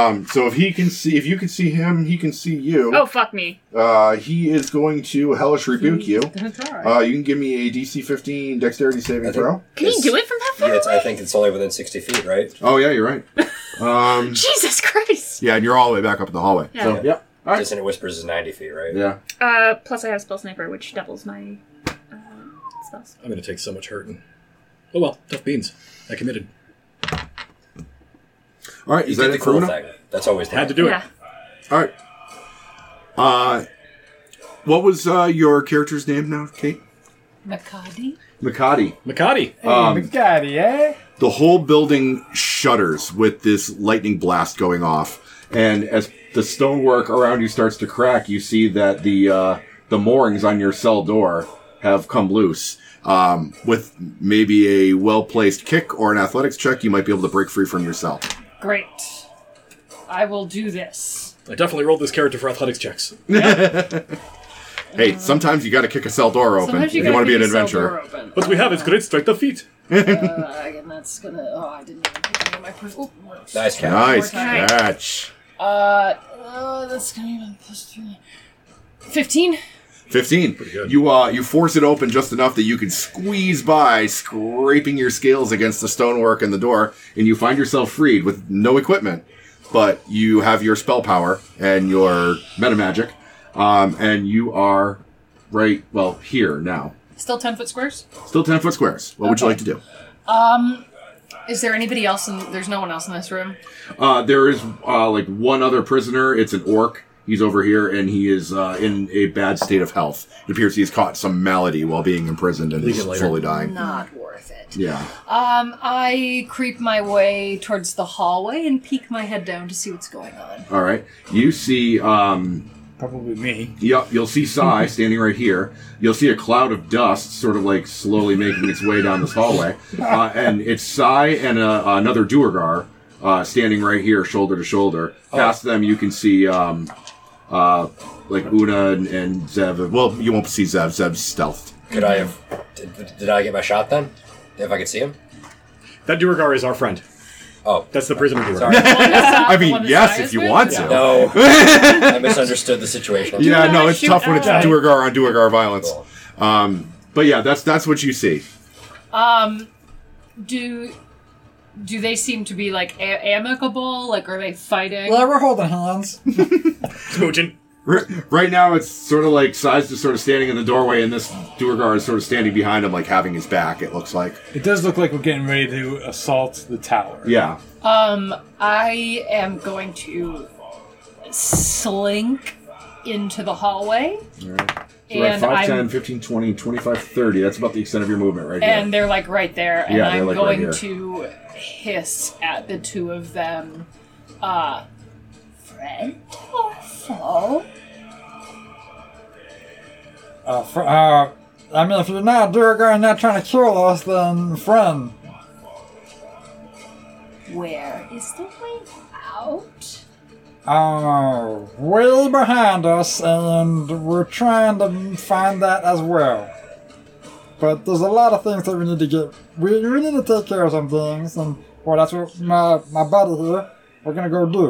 Speaker 3: right. Um, so if he can see, if you can see him, he can see you.
Speaker 4: Oh fuck me.
Speaker 3: Uh, he is going to hellish rebuke you.
Speaker 5: gonna try.
Speaker 3: Uh, you can give me a DC 15 dexterity
Speaker 2: I
Speaker 3: saving
Speaker 2: think-
Speaker 3: throw.
Speaker 4: Can he
Speaker 2: It's-
Speaker 4: do it from that far
Speaker 2: Yeah, it's, I
Speaker 4: away?
Speaker 2: think it's only within sixty feet, right?
Speaker 3: Oh yeah, you're right. Um,
Speaker 4: Jesus Christ.
Speaker 3: yeah, and you're all the way back up in the hallway.
Speaker 4: Yeah.
Speaker 3: So yep. All right.
Speaker 2: Dissonant Whispers is ninety feet, right?
Speaker 3: Yeah.
Speaker 4: Uh, plus I have spell sniper, which doubles my uh, spells.
Speaker 1: I'm gonna take so much hurting. Oh well, tough beans. I committed.
Speaker 3: All right, is
Speaker 2: You
Speaker 3: that
Speaker 2: did the
Speaker 3: it
Speaker 2: cool
Speaker 3: for Una?
Speaker 2: thing. That's always the
Speaker 1: Had to do
Speaker 4: yeah.
Speaker 1: it.
Speaker 3: All right. Uh, what was uh, your character's name now, Kate?
Speaker 5: Makati?
Speaker 3: Makati.
Speaker 1: Makati.
Speaker 3: Um,
Speaker 6: Hey, Bugatti, eh?
Speaker 3: The whole building shudders with this lightning blast going off, and as the stonework around you starts to crack, you see that the uh, the moorings on your cell door have come loose. Um, with maybe a well placed kick or an athletics check, you might be able to break free from your cell.
Speaker 5: Great. I will do this.
Speaker 1: I definitely rolled this character for athletics checks.
Speaker 3: Hey, sometimes you got to kick a cell door open
Speaker 5: Sometimes
Speaker 3: if you
Speaker 5: gotta
Speaker 3: want to be
Speaker 5: keep
Speaker 3: an
Speaker 5: yourself
Speaker 3: adventurer.
Speaker 5: door open.
Speaker 1: What we have is great strength of feet.
Speaker 5: Uh, and that's gonna. Oh, I didn't even pick up my first. Oh, works.
Speaker 2: Nice catch.
Speaker 3: Nice
Speaker 5: Four times.
Speaker 3: catch.
Speaker 5: Uh, uh, that's gonna be my plus three. Fifteen.
Speaker 3: Fifteen.
Speaker 1: good.
Speaker 3: You uh, you force it open just enough that you can squeeze by, scraping your scales against the stonework and the door, and you find yourself freed with no equipment, but you have your spell power and your meta magic, um, and you are right well here now.
Speaker 5: Still ten foot squares.
Speaker 3: Still ten foot squares. What would you
Speaker 5: Okay.
Speaker 3: like to do?
Speaker 5: Is there anybody else in? There's no one else in this room.
Speaker 3: Uh, there is uh, like one other prisoner. It's an orc. He's over here, and he is uh, in a bad state of health. It appears he's caught some malady while being imprisoned and is
Speaker 1: it later.
Speaker 3: slowly dying.
Speaker 5: Not worth it.
Speaker 3: Yeah.
Speaker 5: Um, I creep my way towards the hallway and peek my head down to see what's going on.
Speaker 3: All right. You see, um,
Speaker 6: Probably me.
Speaker 3: yep, you'll see Sai standing right here. You'll see a cloud of dust sort of like slowly making its way down this hallway. Uh, and it's Sai and uh, another Duergar uh, standing right here, shoulder to shoulder. Past them, you can see, um, uh, like Una and, and Zev. Well, you won't see Zev. Zev's stealth.
Speaker 2: Could I have? Did, did I get my shot then? If I could see him?
Speaker 1: That Duergar is our friend.
Speaker 2: Oh,
Speaker 1: That's the prisoner Duergar.
Speaker 2: sorry.
Speaker 3: I mean, yes, if you want to.
Speaker 2: No, I misunderstood the situation.
Speaker 3: Yeah,
Speaker 4: not
Speaker 3: no, it's
Speaker 4: shoot
Speaker 3: tough when it's
Speaker 4: at-
Speaker 3: Duergar on Duergar violence.
Speaker 2: Cool.
Speaker 3: Um, but yeah, that's that's what you see.
Speaker 5: Um, do do they seem to be like a- amicable? Like, are they fighting?
Speaker 7: Well, we're holding hands.
Speaker 1: Smoochin'.
Speaker 3: R- Right now, it's sort of like Sai's just sort of standing in the doorway, and this Duergar is sort of standing behind him, like having his back. It looks like.
Speaker 6: It does look like we're getting ready to assault the tower.
Speaker 3: Yeah.
Speaker 5: Um, I am going to slink into the hallway,
Speaker 3: So we're at
Speaker 5: and
Speaker 3: 5,
Speaker 5: I'm
Speaker 3: 10, 15, 20, 25, 30. That's about the extent of your movement right
Speaker 5: and
Speaker 3: here.
Speaker 5: they're like right there, and
Speaker 3: Yeah, they're,
Speaker 5: I'm
Speaker 3: like, right
Speaker 5: going
Speaker 3: here.
Speaker 5: to hiss at the two of them. Uh, friend or foe?
Speaker 7: Uh, fr uh, I mean, if you're not Durgar and not trying to kill us, then friend.
Speaker 5: Where is the way out?
Speaker 7: Uh, way behind us, and we're trying to find that as well. But there's a lot of things that we need to get. We, we need to take care of some things, and well, that's what my my buddy here. We're gonna go do.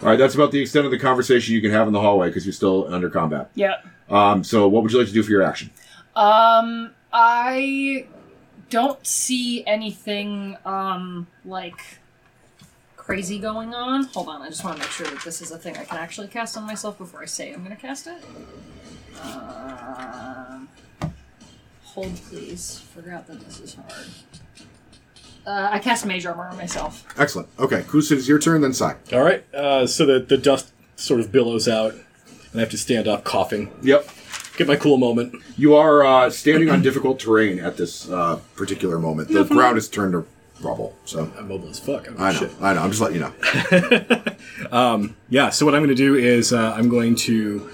Speaker 3: All right, that's about the extent of the conversation you can have in the hallway because you're still under combat.
Speaker 5: Yep.
Speaker 3: Um, so, what would you like to do for your action?
Speaker 5: Um, I don't see anything um like crazy going on. Hold on, I just want to make sure that this is a thing I can actually cast on myself before I say I'm going to cast it. Um, hold, please. Forgot that this is hard. Uh, I cast Mage Armor on myself.
Speaker 3: Excellent. Okay, Kus, it is your turn. Then Sai.
Speaker 1: All right. Uh, so the, the dust sort of billows out, and I have to stand up coughing.
Speaker 3: Yep.
Speaker 1: Get my cool moment.
Speaker 3: You are uh, standing on difficult terrain at this uh, particular moment.
Speaker 5: Mm-hmm.
Speaker 3: The ground is turned to rubble. So
Speaker 1: I'm mobile as fuck. I'm
Speaker 3: I know. I know. I'm just letting you know.
Speaker 1: Yeah. So what I'm going to do is uh, I'm going to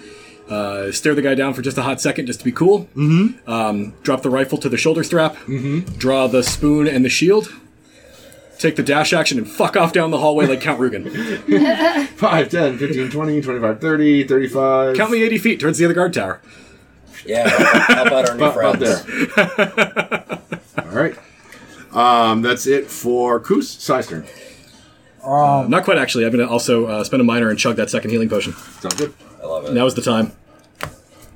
Speaker 1: uh, stare the guy down for just a hot second, just to be cool. Mm-hmm. Um, drop the rifle to the shoulder strap. Mm-hmm. Draw the spoon and the shield. Take the dash action and fuck off down the hallway like Count Rugen.
Speaker 3: 5, 10, 15, 20, 25, 30, 35.
Speaker 1: Count me 80 feet towards the other guard tower.
Speaker 2: Yeah, how about our new
Speaker 3: About-
Speaker 2: friends?
Speaker 3: about there. All right. Um, that's it for Koos Seistern.
Speaker 1: Not quite actually. I'm going to also uh, spend a minor and chug that second healing potion.
Speaker 3: Sounds good.
Speaker 2: I love it.
Speaker 1: Now is the time.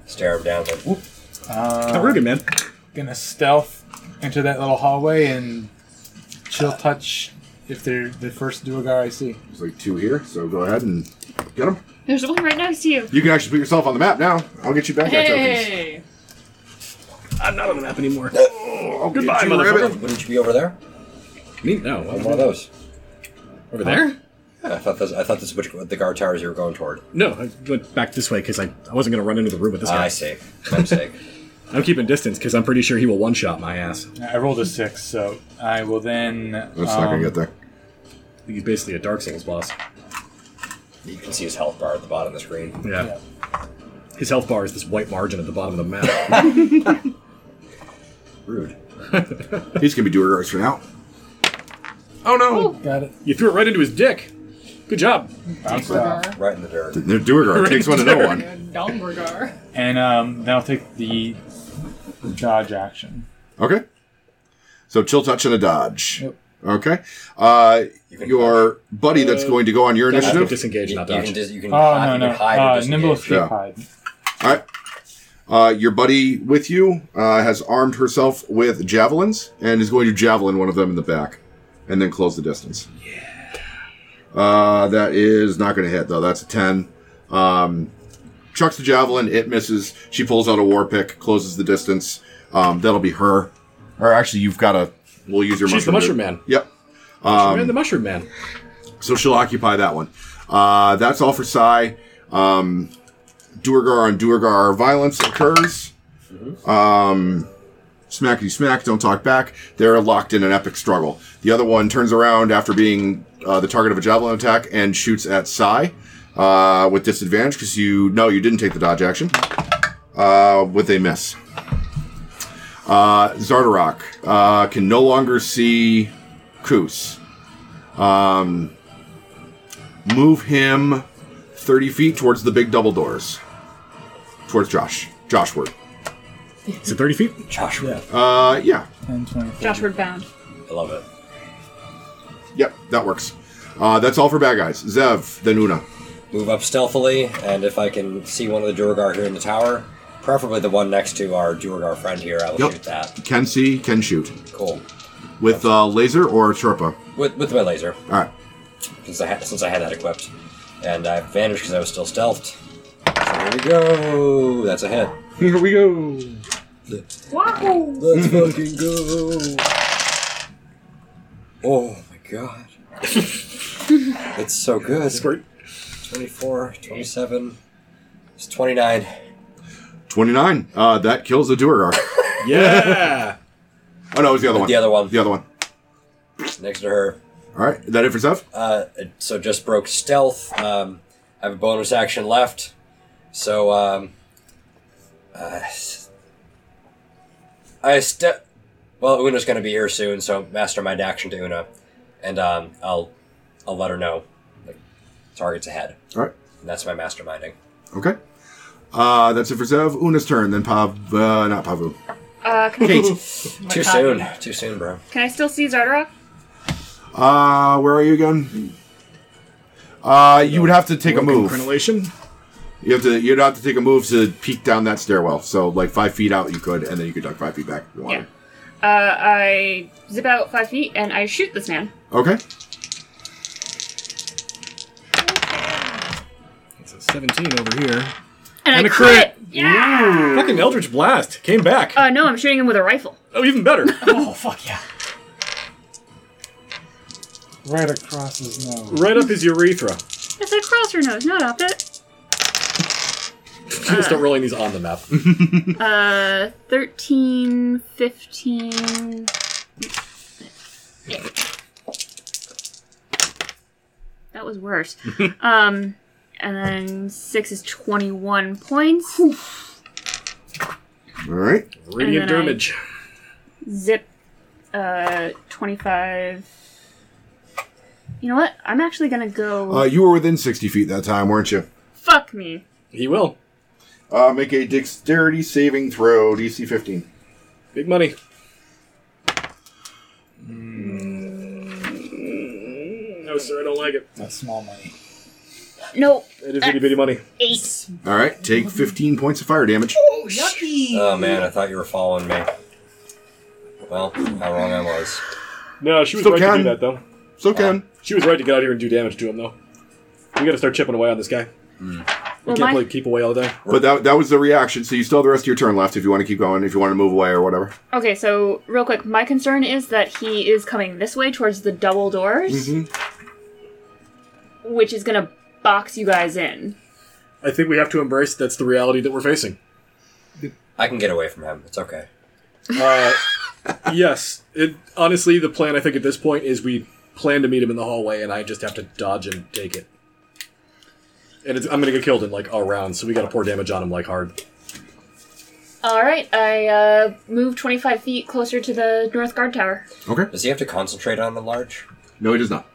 Speaker 2: Stare him down. Like, whoop.
Speaker 1: Count Rugen, man.
Speaker 6: Gonna stealth into that little hallway and chill touch if they're the first Duogar I see.
Speaker 3: There's like two here, so go ahead and get them.
Speaker 4: There's one right next to you.
Speaker 3: You can actually put yourself on the map now. I'll get you back that tokens.
Speaker 5: Hey!
Speaker 1: I'm not on the map anymore.
Speaker 3: Oh,
Speaker 1: Goodbye,
Speaker 3: you, rabbit.
Speaker 1: motherfucker.
Speaker 2: Wouldn't you be over there?
Speaker 1: Me? No.
Speaker 2: One of those.
Speaker 1: Oh, Over there?
Speaker 2: Yeah, I thought this, I thought this was what the guard towers you were going toward.
Speaker 1: No, I went back this way because I, I wasn't going to run into the room with this guy.
Speaker 2: I see. My mistake.
Speaker 1: I'm keeping distance because I'm pretty sure he will one shot my ass.
Speaker 6: I rolled a six, so I will then.
Speaker 3: That's not gonna
Speaker 6: um,
Speaker 3: get there.
Speaker 1: He's basically a Dark Souls boss.
Speaker 2: you can see his health bar at the bottom of the screen.
Speaker 1: Yeah.
Speaker 6: Yeah.
Speaker 1: His health bar is this white margin at the bottom of the map.
Speaker 2: Rude.
Speaker 3: He's gonna be doing ours for now. Oh no!
Speaker 6: Got it.
Speaker 1: you threw it right into his dick. Good job.
Speaker 6: Bounce
Speaker 3: Oh.
Speaker 6: out.
Speaker 2: Right in the dirt.
Speaker 3: The Duergar takes one to no one.
Speaker 5: Dombergar.
Speaker 6: And um, then I'll take the dodge action.
Speaker 3: Okay. So chill touch and a dodge.
Speaker 6: Yep.
Speaker 3: Okay. Uh,
Speaker 2: You can-
Speaker 3: your buddy that's going to go on your
Speaker 1: I could
Speaker 3: initiative.
Speaker 1: disengage,
Speaker 2: You,
Speaker 1: not
Speaker 2: you can
Speaker 1: dodge.
Speaker 2: just you can
Speaker 6: Oh,
Speaker 2: hide,
Speaker 6: no,
Speaker 2: you
Speaker 6: no.
Speaker 2: can hide or
Speaker 6: Uh,
Speaker 2: disengage.
Speaker 6: nimble escape
Speaker 3: Yeah.
Speaker 6: hide.
Speaker 3: All right. Uh, your buddy with you uh, has armed herself with javelins and is going to javelin one of them in the back, and then close the distance. Yeah. Uh, that is not going to hit though. That's a ten. Um, chucks the javelin. It misses. She pulls out a war pick, closes the distance. Um, that'll be her. Or actually, you've got to. We'll use your.
Speaker 1: She's the mushroom man.
Speaker 3: Yep.
Speaker 1: Ran the mushroom man.
Speaker 3: So she'll occupy that one. Uh, that's all for Sai. Um, Duergar on Duergar violence occurs. Um, smackety smack, don't talk back. They're locked in an epic struggle. The other one turns around after being uh, the target of a javelin attack and shoots at Sai uh, with disadvantage because you no, you didn't take the dodge action. Uh, with a miss. Uh, Zardarok uh, can no longer see Koos move him 30 feet towards the big double doors. Towards Josh. Joshward.
Speaker 1: Is it 30 feet?
Speaker 2: Joshua.
Speaker 3: Uh, yeah.
Speaker 6: 10, 20,
Speaker 4: Joshward bound.
Speaker 2: I love it.
Speaker 3: Yep, that works. Uh, that's all for bad guys. Zev, then Una.
Speaker 2: Move up stealthily, and if I can see one of the Durgar here in the tower, preferably the one next to our Durgar friend here, I will
Speaker 3: Yep.
Speaker 2: shoot that.
Speaker 3: Can see, can shoot.
Speaker 2: Cool.
Speaker 3: With uh, laser or Sherpa.
Speaker 2: With, with my laser,
Speaker 3: All right.
Speaker 2: since I had since I had that equipped, and I vanished because I was still stealthed. So here we go. That's a hit.
Speaker 6: Here we go.
Speaker 4: Wow!
Speaker 2: Let's fucking go. Oh my god. it's so good.
Speaker 1: Squirt.
Speaker 2: 24, 27, it's 29.
Speaker 3: 29. Uh, that kills the Duergar.
Speaker 1: Yeah.
Speaker 3: Oh, no, it was the other one.
Speaker 2: The other one.
Speaker 3: The other one.
Speaker 2: Next to her.
Speaker 3: All right. That it for Zev?
Speaker 2: Uh, so just broke stealth. Um, I have a bonus action left. So um, uh, I step. Well, Una's going to be here soon, so mastermind action to Una, and um, I'll I'll let her know. Like, targets ahead.
Speaker 3: All right.
Speaker 2: And that's my masterminding.
Speaker 3: Okay. Uh, that's it for Zev. Una's turn. Then Pav. Uh, not Pavu.
Speaker 4: Uh, can, I,
Speaker 3: Kate.
Speaker 2: Too soon. Too soon, bro.
Speaker 4: can I still see Zardarok?
Speaker 3: Uh, where are you again? Uh, you would have to take a move.
Speaker 1: Crenellation.
Speaker 3: You have to. You'd have to take a move to peek down that stairwell. So like five feet out, you could, and then you could duck five feet back if you wanted.
Speaker 4: Uh, I zip out five feet and I shoot this man.
Speaker 3: Okay.
Speaker 1: It's a 17 over here.
Speaker 4: And,
Speaker 1: And
Speaker 4: I
Speaker 1: a crit.
Speaker 4: Yeah!
Speaker 1: Fucking Eldritch Blast. Came back.
Speaker 4: Uh, no, I'm shooting him with a rifle.
Speaker 1: oh, even better.
Speaker 5: Oh, fuck yeah.
Speaker 7: Right across his nose.
Speaker 1: right up his urethra.
Speaker 4: It's across her nose, not up it.
Speaker 1: Just start rolling these on the map.
Speaker 4: Uh, 13, 15. That was worse. um, and then 6 is 21 points.
Speaker 3: All right.
Speaker 1: Radiant
Speaker 4: And then I-
Speaker 1: damage.
Speaker 4: Zip, uh, 25. You know what? I'm actually gonna go.
Speaker 3: Uh, you were within sixty feet that time, weren't you?
Speaker 4: Fuck me.
Speaker 1: He will.
Speaker 3: Uh, make a dexterity saving throw, DC fifteen.
Speaker 1: Big money. Mm, No, sir, I don't like it.
Speaker 6: That's small money.
Speaker 4: No,
Speaker 1: It is itty bitty money.
Speaker 4: 8.
Speaker 3: All right. Take fifteen points of fire damage.
Speaker 5: Yucky.
Speaker 2: Oh man, I thought you were following me. Well, how wrong I was.
Speaker 1: No, she was
Speaker 3: Still
Speaker 1: right to
Speaker 3: can.
Speaker 1: do that, though.
Speaker 3: So can.
Speaker 1: She was right to get out here and do damage to him, though. We gotta start chipping away on this guy. We
Speaker 4: Well,
Speaker 1: can't
Speaker 4: my-
Speaker 1: play keep away all day.
Speaker 3: But that, that was the reaction. So you still have the rest of your turn left if you want to keep going. If you want to move away or whatever.
Speaker 4: Okay, so real quick, my concern is that he is coming this way towards the double doors. which is gonna box you guys in.
Speaker 1: I think we have to embrace that's the reality that we're facing.
Speaker 2: I can get away from him. It's okay.
Speaker 1: Uh, yes, it, honestly, the plan I think at this point is we plan to meet him in the hallway, and I just have to dodge and take it. And it's, I'm going to get killed in like a round, so we got to pour damage on him like hard.
Speaker 4: All right, I uh, move 25 feet closer to the north guard tower.
Speaker 3: Okay.
Speaker 2: Does he have to concentrate on the large?
Speaker 3: No, he does not.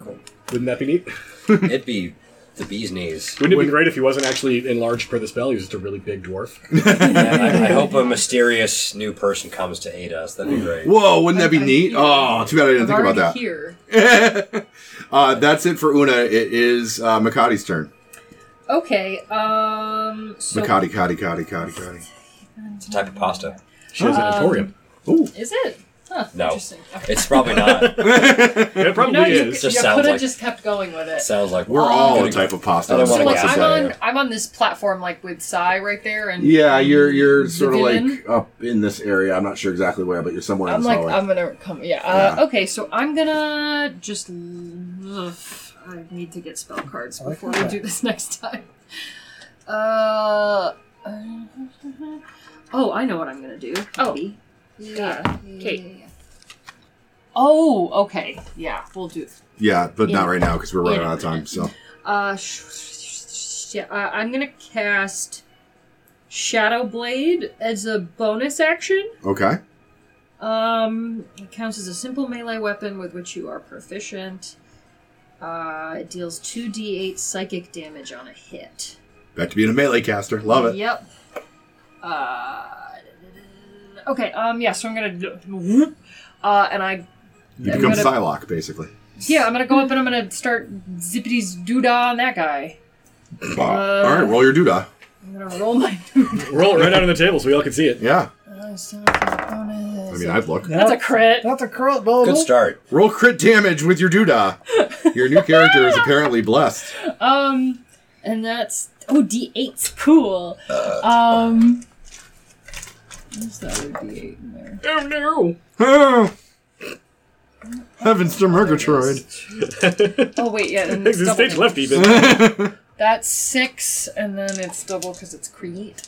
Speaker 1: Wouldn't that be neat?
Speaker 2: It'd be the bee's knees.
Speaker 1: Wouldn't it be great if he wasn't actually enlarged per the spell? He was just a really big dwarf.
Speaker 2: I, I hope a mysterious new person comes to aid us. That'd
Speaker 3: Mm.
Speaker 2: be great.
Speaker 3: Whoa, wouldn't that be
Speaker 5: I- I-
Speaker 3: neat? Oh, too bad I didn't
Speaker 5: I'm
Speaker 3: think about
Speaker 5: already
Speaker 3: that.
Speaker 5: Here.
Speaker 3: Uh, that's it for Una. It is uh, Makati's turn.
Speaker 5: Okay. Um. So
Speaker 3: Makati, Kati, Kati, Kati, Kati.
Speaker 2: It's a type of pasta.
Speaker 1: She has an emporium.
Speaker 5: Is it? Huh,
Speaker 2: No.
Speaker 5: Interesting. Okay.
Speaker 2: It's probably not.
Speaker 1: It probably
Speaker 5: You know, you,
Speaker 1: is.
Speaker 2: just sounds
Speaker 5: could have
Speaker 2: like-
Speaker 5: just kept going with it.
Speaker 2: Sounds like
Speaker 3: We're all a type of pasta.
Speaker 2: I don't
Speaker 3: that's
Speaker 5: So
Speaker 2: wanna guess.
Speaker 3: what
Speaker 5: Oh. like
Speaker 3: I'm
Speaker 5: I'm
Speaker 3: saying.
Speaker 5: on I'm on this platform like with Sai right there and
Speaker 3: Yeah, you're you're sort of
Speaker 5: villain?
Speaker 3: like up in this area. I'm not sure exactly where, but you're somewhere in
Speaker 5: I'm
Speaker 3: this
Speaker 5: like
Speaker 3: hallway.
Speaker 5: I'm gonna come yeah, uh,
Speaker 3: Yeah.
Speaker 5: okay so I'm gonna just ugh, I need to get spell cards
Speaker 7: like
Speaker 5: before we
Speaker 7: that.
Speaker 5: do this next time uh oh I know what I'm gonna do
Speaker 4: Oh.
Speaker 5: Katie.
Speaker 4: Yeah. Kate.
Speaker 5: oh okay yeah we'll do
Speaker 3: yeah, but not
Speaker 5: Yeah.
Speaker 3: right now because we're running
Speaker 5: Yeah.
Speaker 3: out of time. So
Speaker 5: Uh, sh- sh- sh- yeah, uh, I'm gonna cast Shadow Blade as a bonus action.
Speaker 3: okay,
Speaker 5: Um, it counts as a simple melee weapon with which you are proficient. Uh, it deals 2d8 psychic damage on a hit.
Speaker 3: back to being a melee caster. Love it.
Speaker 5: Yep. Uh, okay, um, yeah, so I'm gonna. do- whoop, Uh, and I.
Speaker 3: You
Speaker 5: I'm
Speaker 3: become
Speaker 5: gonna-
Speaker 3: Psylocke basically.
Speaker 5: Yeah, I'm gonna go up and I'm gonna start zippity's doodah on that guy. Uh,
Speaker 3: All right, roll your doodah.
Speaker 5: I'm gonna roll my.
Speaker 1: Roll it right out on the table so we all can see it.
Speaker 3: Yeah,
Speaker 5: Uh, so bonus.
Speaker 3: I mean I'd look.
Speaker 5: That's a crit.
Speaker 7: That's a crit, baby.
Speaker 2: Good start.
Speaker 3: Roll crit damage with your doodah. Your new character is apparently blessed.
Speaker 5: Um, and that's oh d8's cool. um, what's that other d8 in there?
Speaker 1: Oh no!
Speaker 3: Oh, heavens to Murgatroyd.
Speaker 5: Oh wait, yeah, and it's
Speaker 1: Exit
Speaker 5: double
Speaker 1: stage
Speaker 5: damage.
Speaker 1: left even.
Speaker 5: That's six, and then it's double because it's create.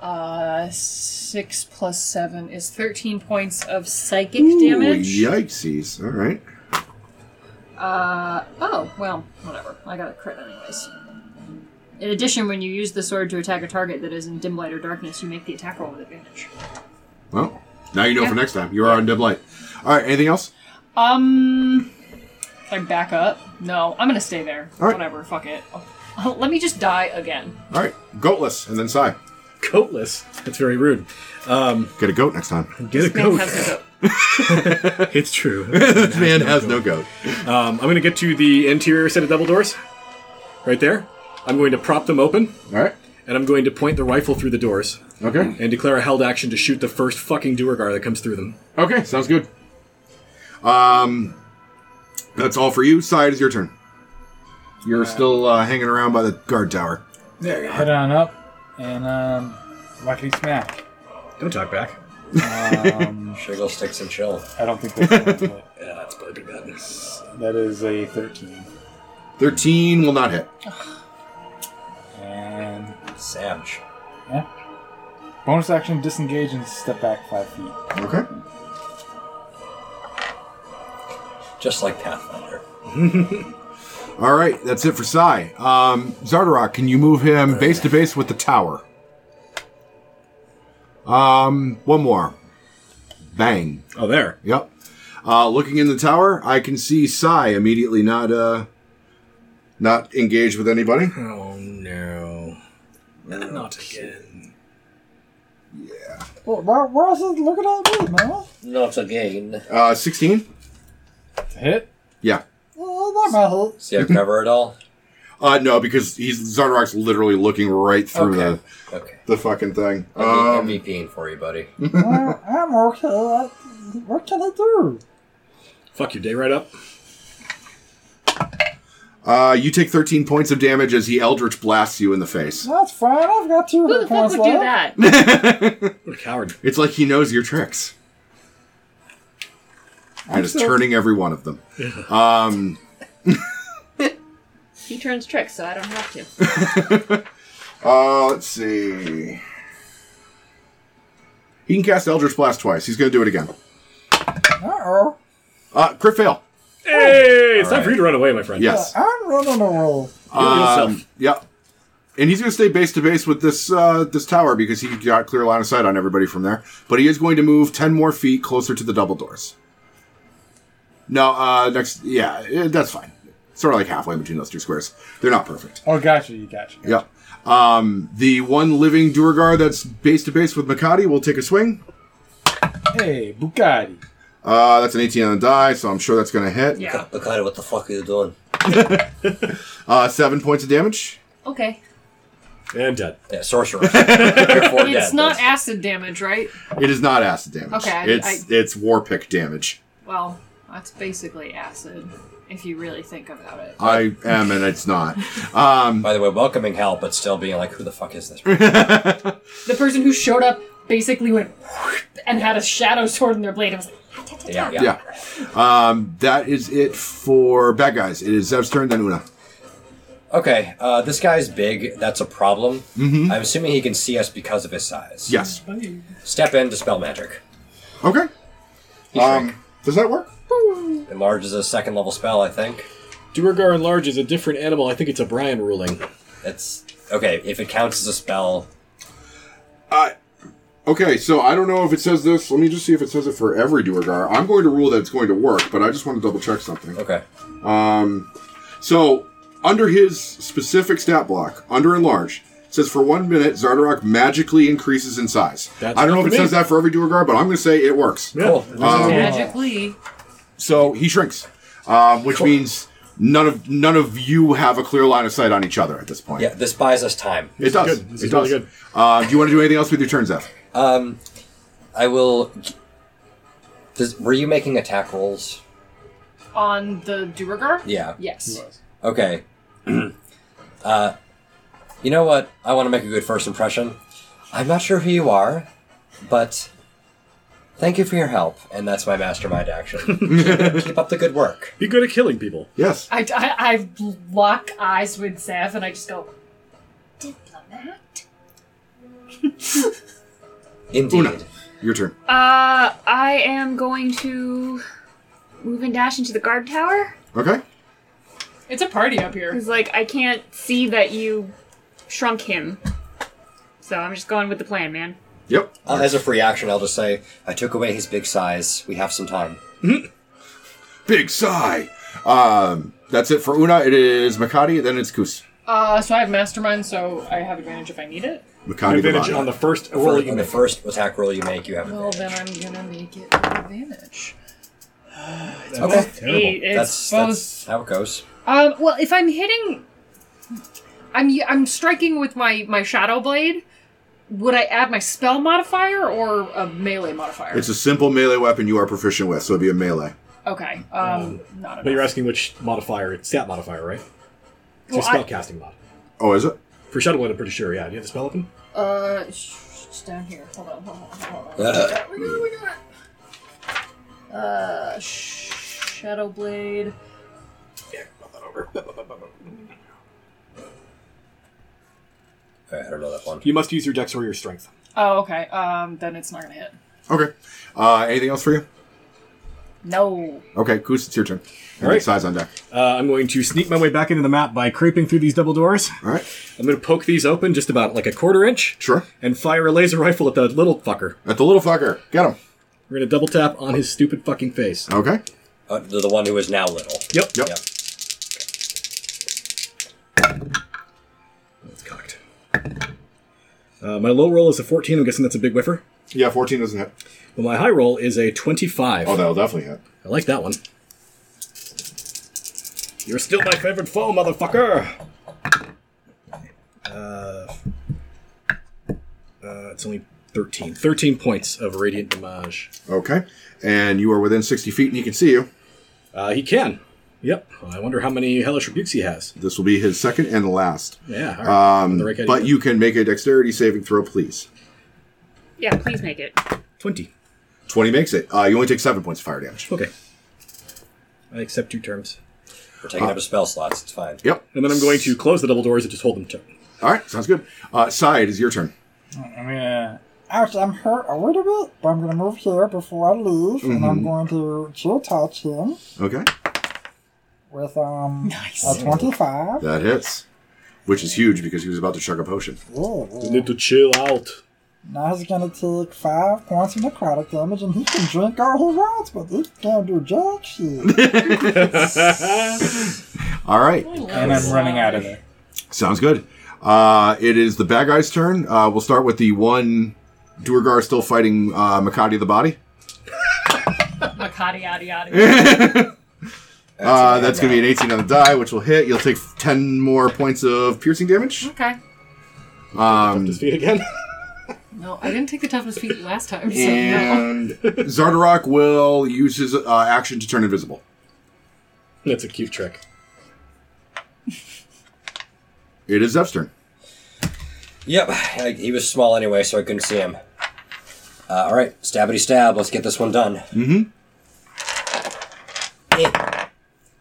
Speaker 5: Uh, six plus seven is thirteen points of psychic damage.
Speaker 3: Ooh, yikesies. All right.
Speaker 5: Uh, oh, well, whatever. I got a crit anyways. In addition, when you use the sword to attack a target that is in dim light or darkness, you make the attack roll with advantage.
Speaker 3: Well, now you know
Speaker 5: Yeah.
Speaker 3: for next time. You are on dim light. All right. Anything else?
Speaker 5: Um, can I back up? No, I'm gonna stay there.
Speaker 3: All right.
Speaker 5: Whatever, fuck it. Let me just die again.
Speaker 3: All right. Goatless, and then Psy.
Speaker 1: Coatless. That's very rude.
Speaker 3: Get a goat next time.
Speaker 1: Get a
Speaker 5: Man
Speaker 1: coat.
Speaker 5: has no goat.
Speaker 1: It's true.
Speaker 3: this man has no goat.
Speaker 1: Um, I'm going to get to the interior set of double doors. Right there. I'm going to prop them open,
Speaker 3: All right.
Speaker 1: and I'm going to point the rifle through the doors
Speaker 3: Okay.
Speaker 1: and declare a held action to shoot the first fucking Duergar that comes through them.
Speaker 3: Okay. Sounds good. Um, that's all for you. Psy, it is your turn. You're still uh, hanging around by the guard tower.
Speaker 6: There you go. Head on up and um, luckily smack.
Speaker 1: Don't talk back.
Speaker 6: Um,
Speaker 2: Shiggle sticks and chill.
Speaker 6: I don't think that's going to do it.
Speaker 1: Yeah, that's probably pretty bad.
Speaker 6: That is a 13.
Speaker 3: Thirteen will not hit.
Speaker 6: And
Speaker 2: Sandwich.
Speaker 6: yeah. Bonus action, disengage and step back five feet.
Speaker 3: Okay.
Speaker 2: Just like Pathfinder.
Speaker 3: All right. That's it for Psy. Um, Zardarok, can you move him base to base with the tower? Um, one more. Bang.
Speaker 1: Oh, there.
Speaker 3: Yep. Uh, looking in the tower, I can see Sai immediately not uh, not engaged with anybody.
Speaker 1: Oh, no. Not again.
Speaker 7: Well, Where, where else is looking at me, man?
Speaker 2: Not again.
Speaker 3: Uh, Sixteen.
Speaker 6: To hit?
Speaker 3: Yeah.
Speaker 7: Oh, that might help.
Speaker 2: See I cover it all?
Speaker 3: Uh, no, because he's Zardarok's literally looking right through
Speaker 2: Okay. Okay.
Speaker 3: the the fucking thing.
Speaker 2: I'm
Speaker 3: Um,
Speaker 2: VPing for you, buddy.
Speaker 7: Well, I'm okay. I, what can I do?
Speaker 1: Fuck your day right up.
Speaker 3: uh, you take thirteen points of damage as he Eldritch blasts you in the face.
Speaker 7: That's fine. I've got two
Speaker 4: Who
Speaker 7: hit
Speaker 4: the fuck
Speaker 7: points
Speaker 4: would do
Speaker 7: left.
Speaker 4: that?
Speaker 1: What a coward.
Speaker 3: It's like he knows your tricks. And is
Speaker 7: so-
Speaker 3: Um, turning every one of them.
Speaker 4: He turns tricks, so I don't have to.
Speaker 3: Uh, let's see. He can cast Eldritch Blast twice. He's going to do it again.
Speaker 7: Uh-oh.
Speaker 3: Uh, crit fail.
Speaker 1: Hey, it's time for
Speaker 2: right.
Speaker 1: you to run away, my friend.
Speaker 3: Yes.
Speaker 7: I'm running away.
Speaker 1: Heal yourself.
Speaker 3: Um, yeah. And he's going to stay base to base with this uh, this tower because he got clear line of sight on everybody from there. But he is going to move ten more feet closer to the double doors. No, uh, next, yeah, eh, that's fine. Sort of like halfway between those two squares. They're not perfect.
Speaker 6: Oh, gotcha, you gotcha.
Speaker 3: Yeah. Um, the one living Duergar that's base to base with Makati will take a swing.
Speaker 6: Hey, Bugatti.
Speaker 3: Uh, that's an 18 on the die, so I'm sure that's going to hit.
Speaker 5: Yeah.
Speaker 2: Bakata, what the fuck are you doing?
Speaker 3: Uh, seven points of damage.
Speaker 5: Okay.
Speaker 1: And dead.
Speaker 2: Yeah, sorcerer. Therefore,
Speaker 5: It's
Speaker 2: dead.
Speaker 5: not acid damage, right?
Speaker 3: It is not acid damage.
Speaker 5: Okay, I-
Speaker 3: It's it's war pick damage.
Speaker 5: Well, that's basically acid, if you really think about it.
Speaker 3: I am, and it's not.
Speaker 2: By the way, welcoming help, but still being like, who the fuck is this? person?
Speaker 5: The person who showed up basically went and had a shadow sword in their blade. I was like,
Speaker 2: yeah, yeah.
Speaker 3: Yeah. Um, that is it for bad guys. It is Zev's turn, then Una.
Speaker 2: Okay, uh, this guy's big. That's a problem. Mm-hmm. I'm assuming he can see us because of his size.
Speaker 3: Yes.
Speaker 2: Step in, dispel magic.
Speaker 3: Okay. Um, does that work?
Speaker 2: Enlarge is a second level spell, I think.
Speaker 1: Duergar enlarge is a different animal. I think it's a Brian ruling.
Speaker 2: That's okay. If it counts as a spell,
Speaker 3: Okay, so I don't know if it says this. Let me just see if it says it for every Duergar. I'm going to rule that it's going to work, but I just want to double check something.
Speaker 2: okay.
Speaker 3: So, under his specific stat block, under enlarge, it says for one minute, Zardarok magically increases in size.
Speaker 1: That's
Speaker 3: I don't know
Speaker 1: good
Speaker 3: if it
Speaker 1: for me.
Speaker 3: says that for every Duergar, but I'm going to say it works.
Speaker 2: Cool.
Speaker 5: Uh,
Speaker 3: Oh.
Speaker 5: magically.
Speaker 3: So he shrinks, um, which means none of none of you have a clear line of sight on each other at this point.
Speaker 2: Yeah, this buys us time.
Speaker 3: It does.
Speaker 1: good. This
Speaker 3: It
Speaker 1: is
Speaker 3: does.
Speaker 1: really good.
Speaker 3: Uh, do you want to do anything else with your turn, Zeph?
Speaker 2: Um, I will. Does, were you making attack rolls?
Speaker 5: On the Duergar?
Speaker 2: Yeah.
Speaker 5: Yes.
Speaker 2: Okay. uh, you know what? I want to make a good first impression. I'm not sure who you are, but thank you for your help. And that's my mastermind action. Keep up the good work.
Speaker 1: Be good at killing people.
Speaker 3: Yes.
Speaker 5: I, I, I lock eyes with Zav and I just go, Diplomat?
Speaker 2: Indeed.
Speaker 3: Una. Your turn.
Speaker 4: Uh, I am going to move and dash into the guard tower.
Speaker 3: Okay.
Speaker 5: It's a party up here.
Speaker 4: Because, like, I can't see that you shrunk him. So I'm just going with the plan, man.
Speaker 3: Yep.
Speaker 2: Uh, as a free action, I'll just say I took away his big size. We have some time.
Speaker 3: Big sigh. Um, that's it for Una. It is Makati, then it's Kus.
Speaker 5: Uh, so I have Mastermind, so I have advantage if I need it.
Speaker 3: Makati the
Speaker 1: Advantage
Speaker 3: body.
Speaker 1: on the first
Speaker 2: For
Speaker 1: roll you
Speaker 2: on the
Speaker 1: make.
Speaker 2: first attack roll you make, you have
Speaker 5: Well,
Speaker 2: advantage.
Speaker 5: Oh, then I'm gonna make it with advantage.
Speaker 2: Okay.
Speaker 5: Hey,
Speaker 2: That's,
Speaker 5: it's
Speaker 2: that's
Speaker 5: both.
Speaker 2: how it goes.
Speaker 5: Um, well, if I'm hitting, I'm I'm striking with my my shadow blade. Would I add my spell modifier or a melee modifier?
Speaker 3: It's a simple melee weapon you are proficient with, so it'd be a melee.
Speaker 5: okay. Um, not
Speaker 1: But you're
Speaker 5: enough.
Speaker 1: asking which modifier? It's stat modifier, right? It's
Speaker 5: Well,
Speaker 1: your
Speaker 5: I-
Speaker 1: spell casting mod.
Speaker 3: Oh, is it?
Speaker 1: For Shadow Blade, I'm pretty sure, yeah. Do you have the spell open?
Speaker 5: Uh, sh- sh- it's down here. Hold on. Hold on. Hold on.
Speaker 2: Uh,
Speaker 5: We got it, we got it. Uh, sh- shadow blade.
Speaker 2: I don't know that one.
Speaker 1: You must use your dex or your strength.
Speaker 5: Oh, okay. Um, then it's not gonna hit.
Speaker 3: Okay. Uh, anything else for you?
Speaker 5: No.
Speaker 3: Okay, Kus, it's your turn. All
Speaker 1: right.
Speaker 3: right. Size on deck.
Speaker 1: Uh, I'm going to sneak my way back into the map by creeping through these double doors.
Speaker 3: All right.
Speaker 1: I'm going to poke these open just about like a quarter inch.
Speaker 3: Sure.
Speaker 1: And fire a laser rifle at the little fucker.
Speaker 3: At the little fucker. Get him.
Speaker 1: We're going to double tap on his stupid fucking face.
Speaker 3: Okay.
Speaker 2: Uh, the, the one who is now little.
Speaker 1: Yep.
Speaker 3: Yep.
Speaker 2: Yep.
Speaker 1: That's cocked. Uh, my low roll is a 14. I'm guessing that's a big whiffer.
Speaker 3: Yeah, 14 doesn't hit.
Speaker 1: But my high roll is a 25.
Speaker 3: Oh, that'll definitely hit.
Speaker 1: I like that one. You're still my favorite foe, motherfucker! Uh, uh, it's only 13. 13 points of radiant damage.
Speaker 3: Okay. And you are within 60 feet and he can see you.
Speaker 1: Uh, he can. Yep. I wonder how many hellish rebukes he has.
Speaker 3: This will be his second and last.
Speaker 1: Yeah. all right. On
Speaker 3: Um,
Speaker 1: the right
Speaker 3: but
Speaker 1: hand.
Speaker 3: you can make a dexterity saving throw, please.
Speaker 4: Yeah, please make it.
Speaker 1: 20.
Speaker 3: 20 makes it. Uh, you only take 7 points of fire damage.
Speaker 1: Okay. I accept two terms.
Speaker 2: We're taking up a spell slots. It's fine.
Speaker 3: Yep.
Speaker 1: And then I'm going to close the double doors and just hold them shut.
Speaker 3: All right. Sounds good. Uh, Sai, it is your turn.
Speaker 7: I'm gonna. Ouch, I'm hurt a little bit, but I'm gonna move here before I leave, and I'm going to chill touch him
Speaker 3: Okay.
Speaker 7: with um
Speaker 5: Nice.
Speaker 7: a 25.
Speaker 3: That hits, which is huge because he was about to chug a potion.
Speaker 1: You
Speaker 7: Ooh.
Speaker 1: need to chill out.
Speaker 7: Now he's gonna take 5 points of necrotic damage, and he can drink all he wants, but he can't do jack shit.
Speaker 3: All right.
Speaker 6: And I'm running out of there.
Speaker 3: Sounds good. Uh, it is the bad guy's turn. Uh, we'll start with the one Durgar still fighting uh, Makati the body.
Speaker 5: Makati, yada, yada.
Speaker 3: Uh, that's going to be an 18 on the die, which will hit. You'll take 10 more points of piercing damage.
Speaker 5: okay.
Speaker 3: Um,
Speaker 1: His feet again.
Speaker 5: No, I didn't take the toughness feat last time, so no.
Speaker 3: and Zardarok will use his uh, action to turn invisible.
Speaker 1: That's a cute trick.
Speaker 3: It is Zev's turn.
Speaker 2: Yep, I, he was small anyway, so I couldn't see him. Uh, all right, stabity stab. Let's get this one done.
Speaker 3: Mhm.
Speaker 2: Mm-hmm.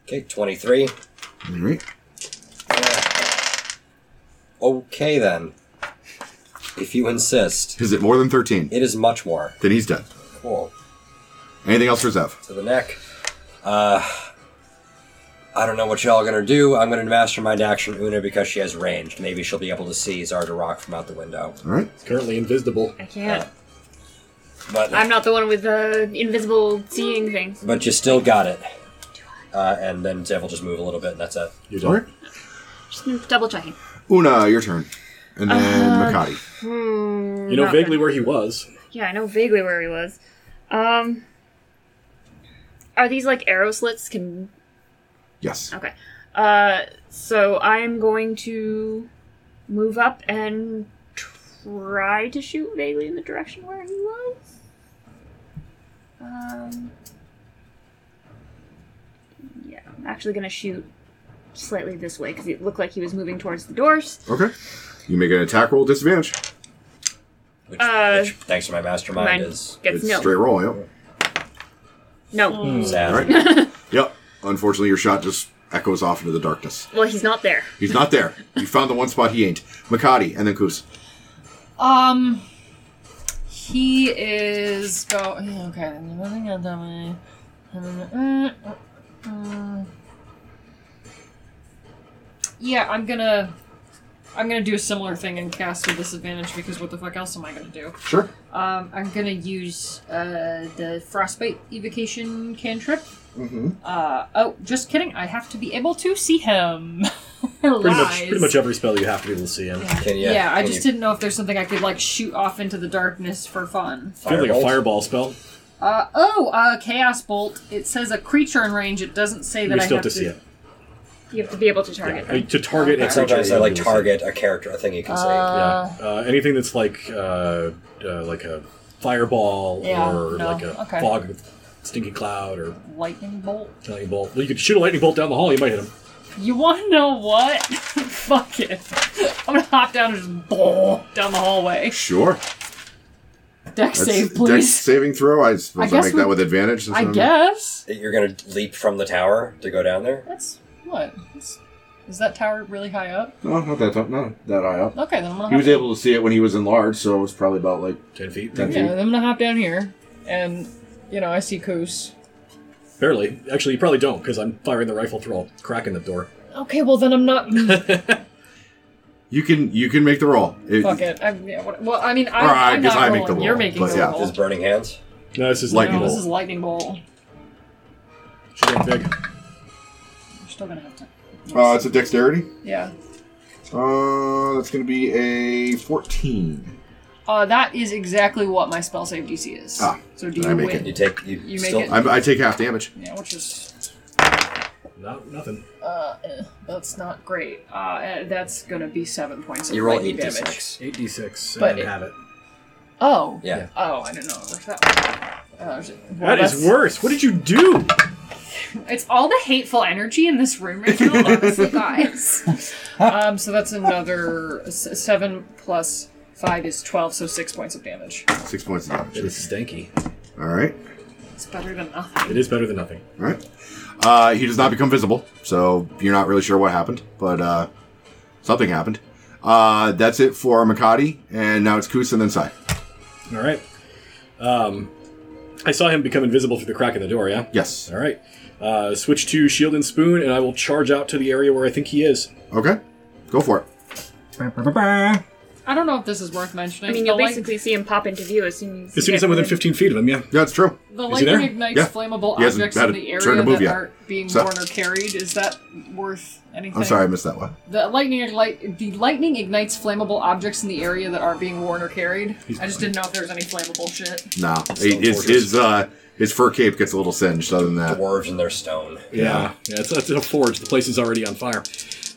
Speaker 2: Okay, twenty-three.
Speaker 3: All right.
Speaker 2: Okay then, if you insist,
Speaker 3: Is it more than 13?
Speaker 2: it is much more
Speaker 3: Then he's dead.
Speaker 2: cool.
Speaker 3: Anything else for Zev?
Speaker 2: To the neck. Uh, I don't know what y'all gonna do. I'm gonna mastermind action Una because she has ranged. Maybe she'll be able to see Zardarok from out the window.
Speaker 3: All right.
Speaker 1: It's currently invisible.
Speaker 4: I can't.
Speaker 2: But
Speaker 4: I'm not the one with the invisible seeing things.
Speaker 2: but you still got it. Uh, and then Zev will just move a little bit, and that's it.
Speaker 1: You
Speaker 3: All right.
Speaker 1: don't.
Speaker 4: Just double checking.
Speaker 3: Una, your turn. And then Makati.
Speaker 4: Hmm.
Speaker 1: You know
Speaker 4: not
Speaker 1: vaguely where he was.
Speaker 4: good. Yeah, I know vaguely where he was. Um. Are these like arrow slits? Can
Speaker 3: Yes.
Speaker 4: okay. Uh, so I'm going to move up and try to shoot vaguely in the direction where he was. Um. Yeah, I'm actually gonna shoot slightly this way because it looked like he was moving towards the doors.
Speaker 3: Okay. You make an attack roll disadvantage.
Speaker 2: Which,
Speaker 4: Uh,
Speaker 2: which thanks to my mastermind,
Speaker 4: Mine
Speaker 2: is
Speaker 4: gets
Speaker 3: It's
Speaker 4: no,
Speaker 3: straight roll. Yep.
Speaker 4: no.
Speaker 2: sad.
Speaker 3: Alright. yep. Unfortunately, your shot just echoes off into the darkness.
Speaker 4: Well, he's not there.
Speaker 3: He's not there. you found the one spot he ain't. Makati, and then Kus.
Speaker 5: Um, he is go. Okay, nothing on that way. Mm, mm, mm. Yeah, I'm gonna, I'm gonna do a similar thing and cast with disadvantage because what the fuck else am I gonna do?
Speaker 3: Sure.
Speaker 5: Um, I'm gonna use uh, the frostbite evocation cantrip. Mm-hmm. Uh, oh, just kidding. I have to be able to see him.
Speaker 1: Pretty much, pretty much every spell you have to be able to see him.
Speaker 2: Can you,
Speaker 5: Yeah, I
Speaker 2: can
Speaker 5: just
Speaker 2: you
Speaker 5: didn't know if there's something I could like shoot off into the darkness for fun.
Speaker 1: I feel like a
Speaker 2: firebolt?
Speaker 1: fireball spell.
Speaker 5: Uh, oh, uh, chaos bolt. It says a creature in range. It doesn't say that
Speaker 1: We
Speaker 5: I
Speaker 1: still
Speaker 5: have
Speaker 1: have to see it.
Speaker 4: You have to be able to target
Speaker 1: I- to target a
Speaker 2: And sometimes
Speaker 1: creature,
Speaker 2: I like
Speaker 1: you will see.
Speaker 2: target a character, a thing you can see.
Speaker 1: Yeah. Uh, anything that's like uh, uh, like a fireball
Speaker 5: Yeah,
Speaker 1: or
Speaker 5: no,
Speaker 1: like a
Speaker 5: okay.
Speaker 1: fog, of stinky cloud, or
Speaker 5: Lightning bolt.
Speaker 1: lightning bolt. Well, you could shoot a lightning bolt down the hall. You might hit him.
Speaker 5: You want to know what? Fuck it. I'm gonna hop down and just bowl down the hallway.
Speaker 3: Sure.
Speaker 5: Deck
Speaker 3: That's
Speaker 5: save,
Speaker 3: Dex
Speaker 5: please.
Speaker 3: saving throw. I suppose
Speaker 5: I
Speaker 3: I,
Speaker 5: guess
Speaker 3: make
Speaker 5: we-
Speaker 3: that with advantage. since
Speaker 5: I
Speaker 3: I'm-
Speaker 5: guess.
Speaker 2: You're gonna leap from the tower to go down there.
Speaker 5: That's what. That's, is that tower really high up?
Speaker 3: No, not that, top, not that high up.
Speaker 5: Okay, then I'm gonna.
Speaker 3: He
Speaker 5: hop
Speaker 3: was able to see it when he was enlarged, so it's probably about like
Speaker 1: Ten feet,
Speaker 3: ten
Speaker 5: Yeah,
Speaker 3: feet.
Speaker 5: then I'm gonna hop down here, and you know I see Koos.
Speaker 1: barely. Actually, you probably don't because I'm firing the rifle through a crack in the door.
Speaker 5: Okay, well then I'm not.
Speaker 3: You can you can make the roll. It-
Speaker 5: Fuck it. I'm, yeah, what, well, I mean, I,
Speaker 3: Or I
Speaker 5: I'm
Speaker 3: guess
Speaker 5: not
Speaker 3: I make
Speaker 5: rolling.
Speaker 3: the roll,
Speaker 5: You're making
Speaker 3: but
Speaker 5: the
Speaker 3: yeah,
Speaker 5: roll.
Speaker 2: Is burning hands?
Speaker 1: No, this is
Speaker 3: Lightning
Speaker 1: lightning
Speaker 5: no, this
Speaker 1: bolt.
Speaker 5: is lightning bolt.
Speaker 1: She went big.
Speaker 5: You're still gonna have to.
Speaker 3: Uh, it's a dexterity.
Speaker 5: Yeah.
Speaker 3: Uh, that's going to be a fourteen.
Speaker 5: Uh, that is exactly what my spell save DC is.
Speaker 3: Ah,
Speaker 5: so do
Speaker 3: then
Speaker 5: you
Speaker 3: I make
Speaker 5: win?
Speaker 2: You take you,
Speaker 5: You make
Speaker 2: still
Speaker 5: it.
Speaker 3: I, I take half damage.
Speaker 5: Yeah, which is
Speaker 1: No, nothing.
Speaker 5: uh, eh, that's not great. Uh, eh, that's gonna be seven points of
Speaker 2: you roll
Speaker 5: lightning
Speaker 2: eight d
Speaker 5: damage.
Speaker 2: six.
Speaker 1: Eight d six.
Speaker 5: But it-
Speaker 1: have it.
Speaker 5: Oh.
Speaker 2: Yeah.
Speaker 5: Oh, I didn't know it worked that way. Uh, there's- well,
Speaker 1: that is
Speaker 5: that's-
Speaker 1: worse. What did you do?
Speaker 5: It's all the hateful energy in this room right now, honestly, guys. Um, so that's another s- seven plus five is twelve, so six points of damage.
Speaker 3: Six points of damage.
Speaker 1: It is stanky.
Speaker 3: All right.
Speaker 5: It's better than nothing.
Speaker 1: It is better than nothing.
Speaker 3: All right. Uh, he does not become visible, so you're not really sure what happened, but uh, something happened. Uh, that's it for Makati, and now it's Kus and then Sai.
Speaker 1: All right. Um, I saw him become invisible through the crack in the door. Yeah.
Speaker 3: Yes.
Speaker 1: All right. Uh, switch to shield and spoon, and I will charge out to the area where I think he is.
Speaker 3: Okay. Go for it.
Speaker 7: Ba-ba-ba-ba.
Speaker 5: I don't know if this is worth mentioning.
Speaker 4: I mean,
Speaker 5: the,
Speaker 4: you'll
Speaker 5: light-
Speaker 4: basically see him pop into view as soon as.
Speaker 1: As soon as I'm within 15 feet of him, yeah.
Speaker 3: Yeah, it's true.
Speaker 5: the
Speaker 1: Is he
Speaker 5: lightning
Speaker 1: there?
Speaker 5: ignites
Speaker 3: Yeah.
Speaker 5: flammable
Speaker 3: He hasn't
Speaker 5: objects
Speaker 3: had
Speaker 5: in
Speaker 3: a
Speaker 5: the
Speaker 3: turn
Speaker 5: area
Speaker 3: to move
Speaker 5: that
Speaker 3: yet.
Speaker 5: aren't being
Speaker 3: So-
Speaker 5: worn or carried. Is that worth anything?
Speaker 3: I'm sorry I missed that one.
Speaker 5: The lightning ignite the lightning ignites flammable objects in the area that aren't being worn or carried. I just didn't know if there was any flammable shit.
Speaker 3: Nah. He- His, his, uh, his fur cape gets a little singed, other than that.
Speaker 2: Dwarves and their stone.
Speaker 1: Yeah. Yeah. It's, it's a forge. The place is already on fire.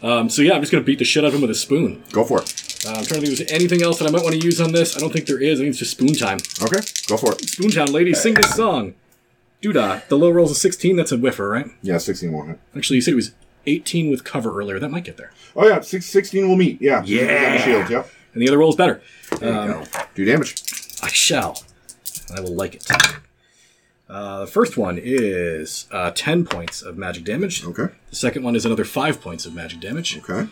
Speaker 1: Um, so yeah, I'm just gonna beat the shit out of him with a spoon.
Speaker 3: Go for it.
Speaker 1: Uh, I'm trying to think if there's anything else that I might want to use on this. I don't think there is. I think it's just spoon time.
Speaker 3: Okay. Go for it.
Speaker 1: Spoon time, ladies, sing this song. Doodah. The low rolls a 16. That's a whiffer, right?
Speaker 3: Yeah, 16 will hit.
Speaker 1: Actually, you said it was 18 with cover earlier. That might get there.
Speaker 3: Oh, yeah. Six, 16 will meet. Yeah. Yeah. Shield, yeah.
Speaker 1: And the other roll is better.
Speaker 3: Do damage.
Speaker 1: I shall. I will like it. Uh, the first one is uh, 10 points of magic damage.
Speaker 3: Okay.
Speaker 1: The second one is another 5 points of magic damage.
Speaker 3: Okay.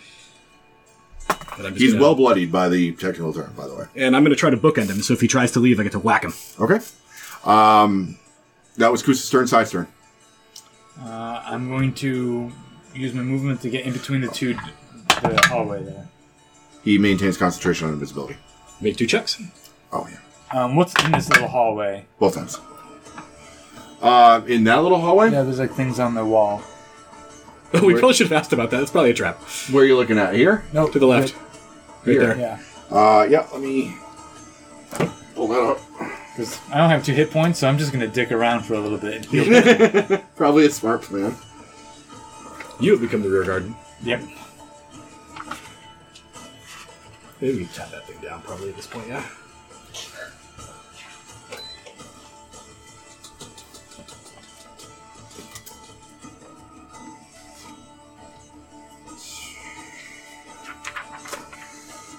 Speaker 1: And I'm just
Speaker 3: He's
Speaker 1: gonna-
Speaker 3: well bloodied by the technical term, by the way.
Speaker 1: And I'm going to try to bookend him, so if he tries to leave, I get to whack him.
Speaker 3: Okay. Um, that was Kusa's turn, Sai's turn.
Speaker 6: Uh, I'm going to use my movement to get in between the two, the hallway there.
Speaker 3: He maintains concentration on invisibility.
Speaker 1: Make two checks.
Speaker 3: Oh, yeah.
Speaker 6: Um, what's in this little hallway?
Speaker 3: Both times. Uh, in that little hallway?
Speaker 6: Yeah, there's like things on the wall.
Speaker 1: we probably should have asked about that. That's probably a trap.
Speaker 3: Where are you looking at? Here?
Speaker 6: Nope.
Speaker 1: To the left. Right
Speaker 3: Here,
Speaker 1: there.
Speaker 6: Yeah,
Speaker 3: Uh, yeah, let me pull that up.
Speaker 6: because I don't have two hit points, so I'm just gonna dick around for a little bit. and heal.
Speaker 3: Probably a smart plan.
Speaker 1: You have become the rear guard.
Speaker 6: yep.
Speaker 1: Maybe we can tap that thing down probably at this point, yeah.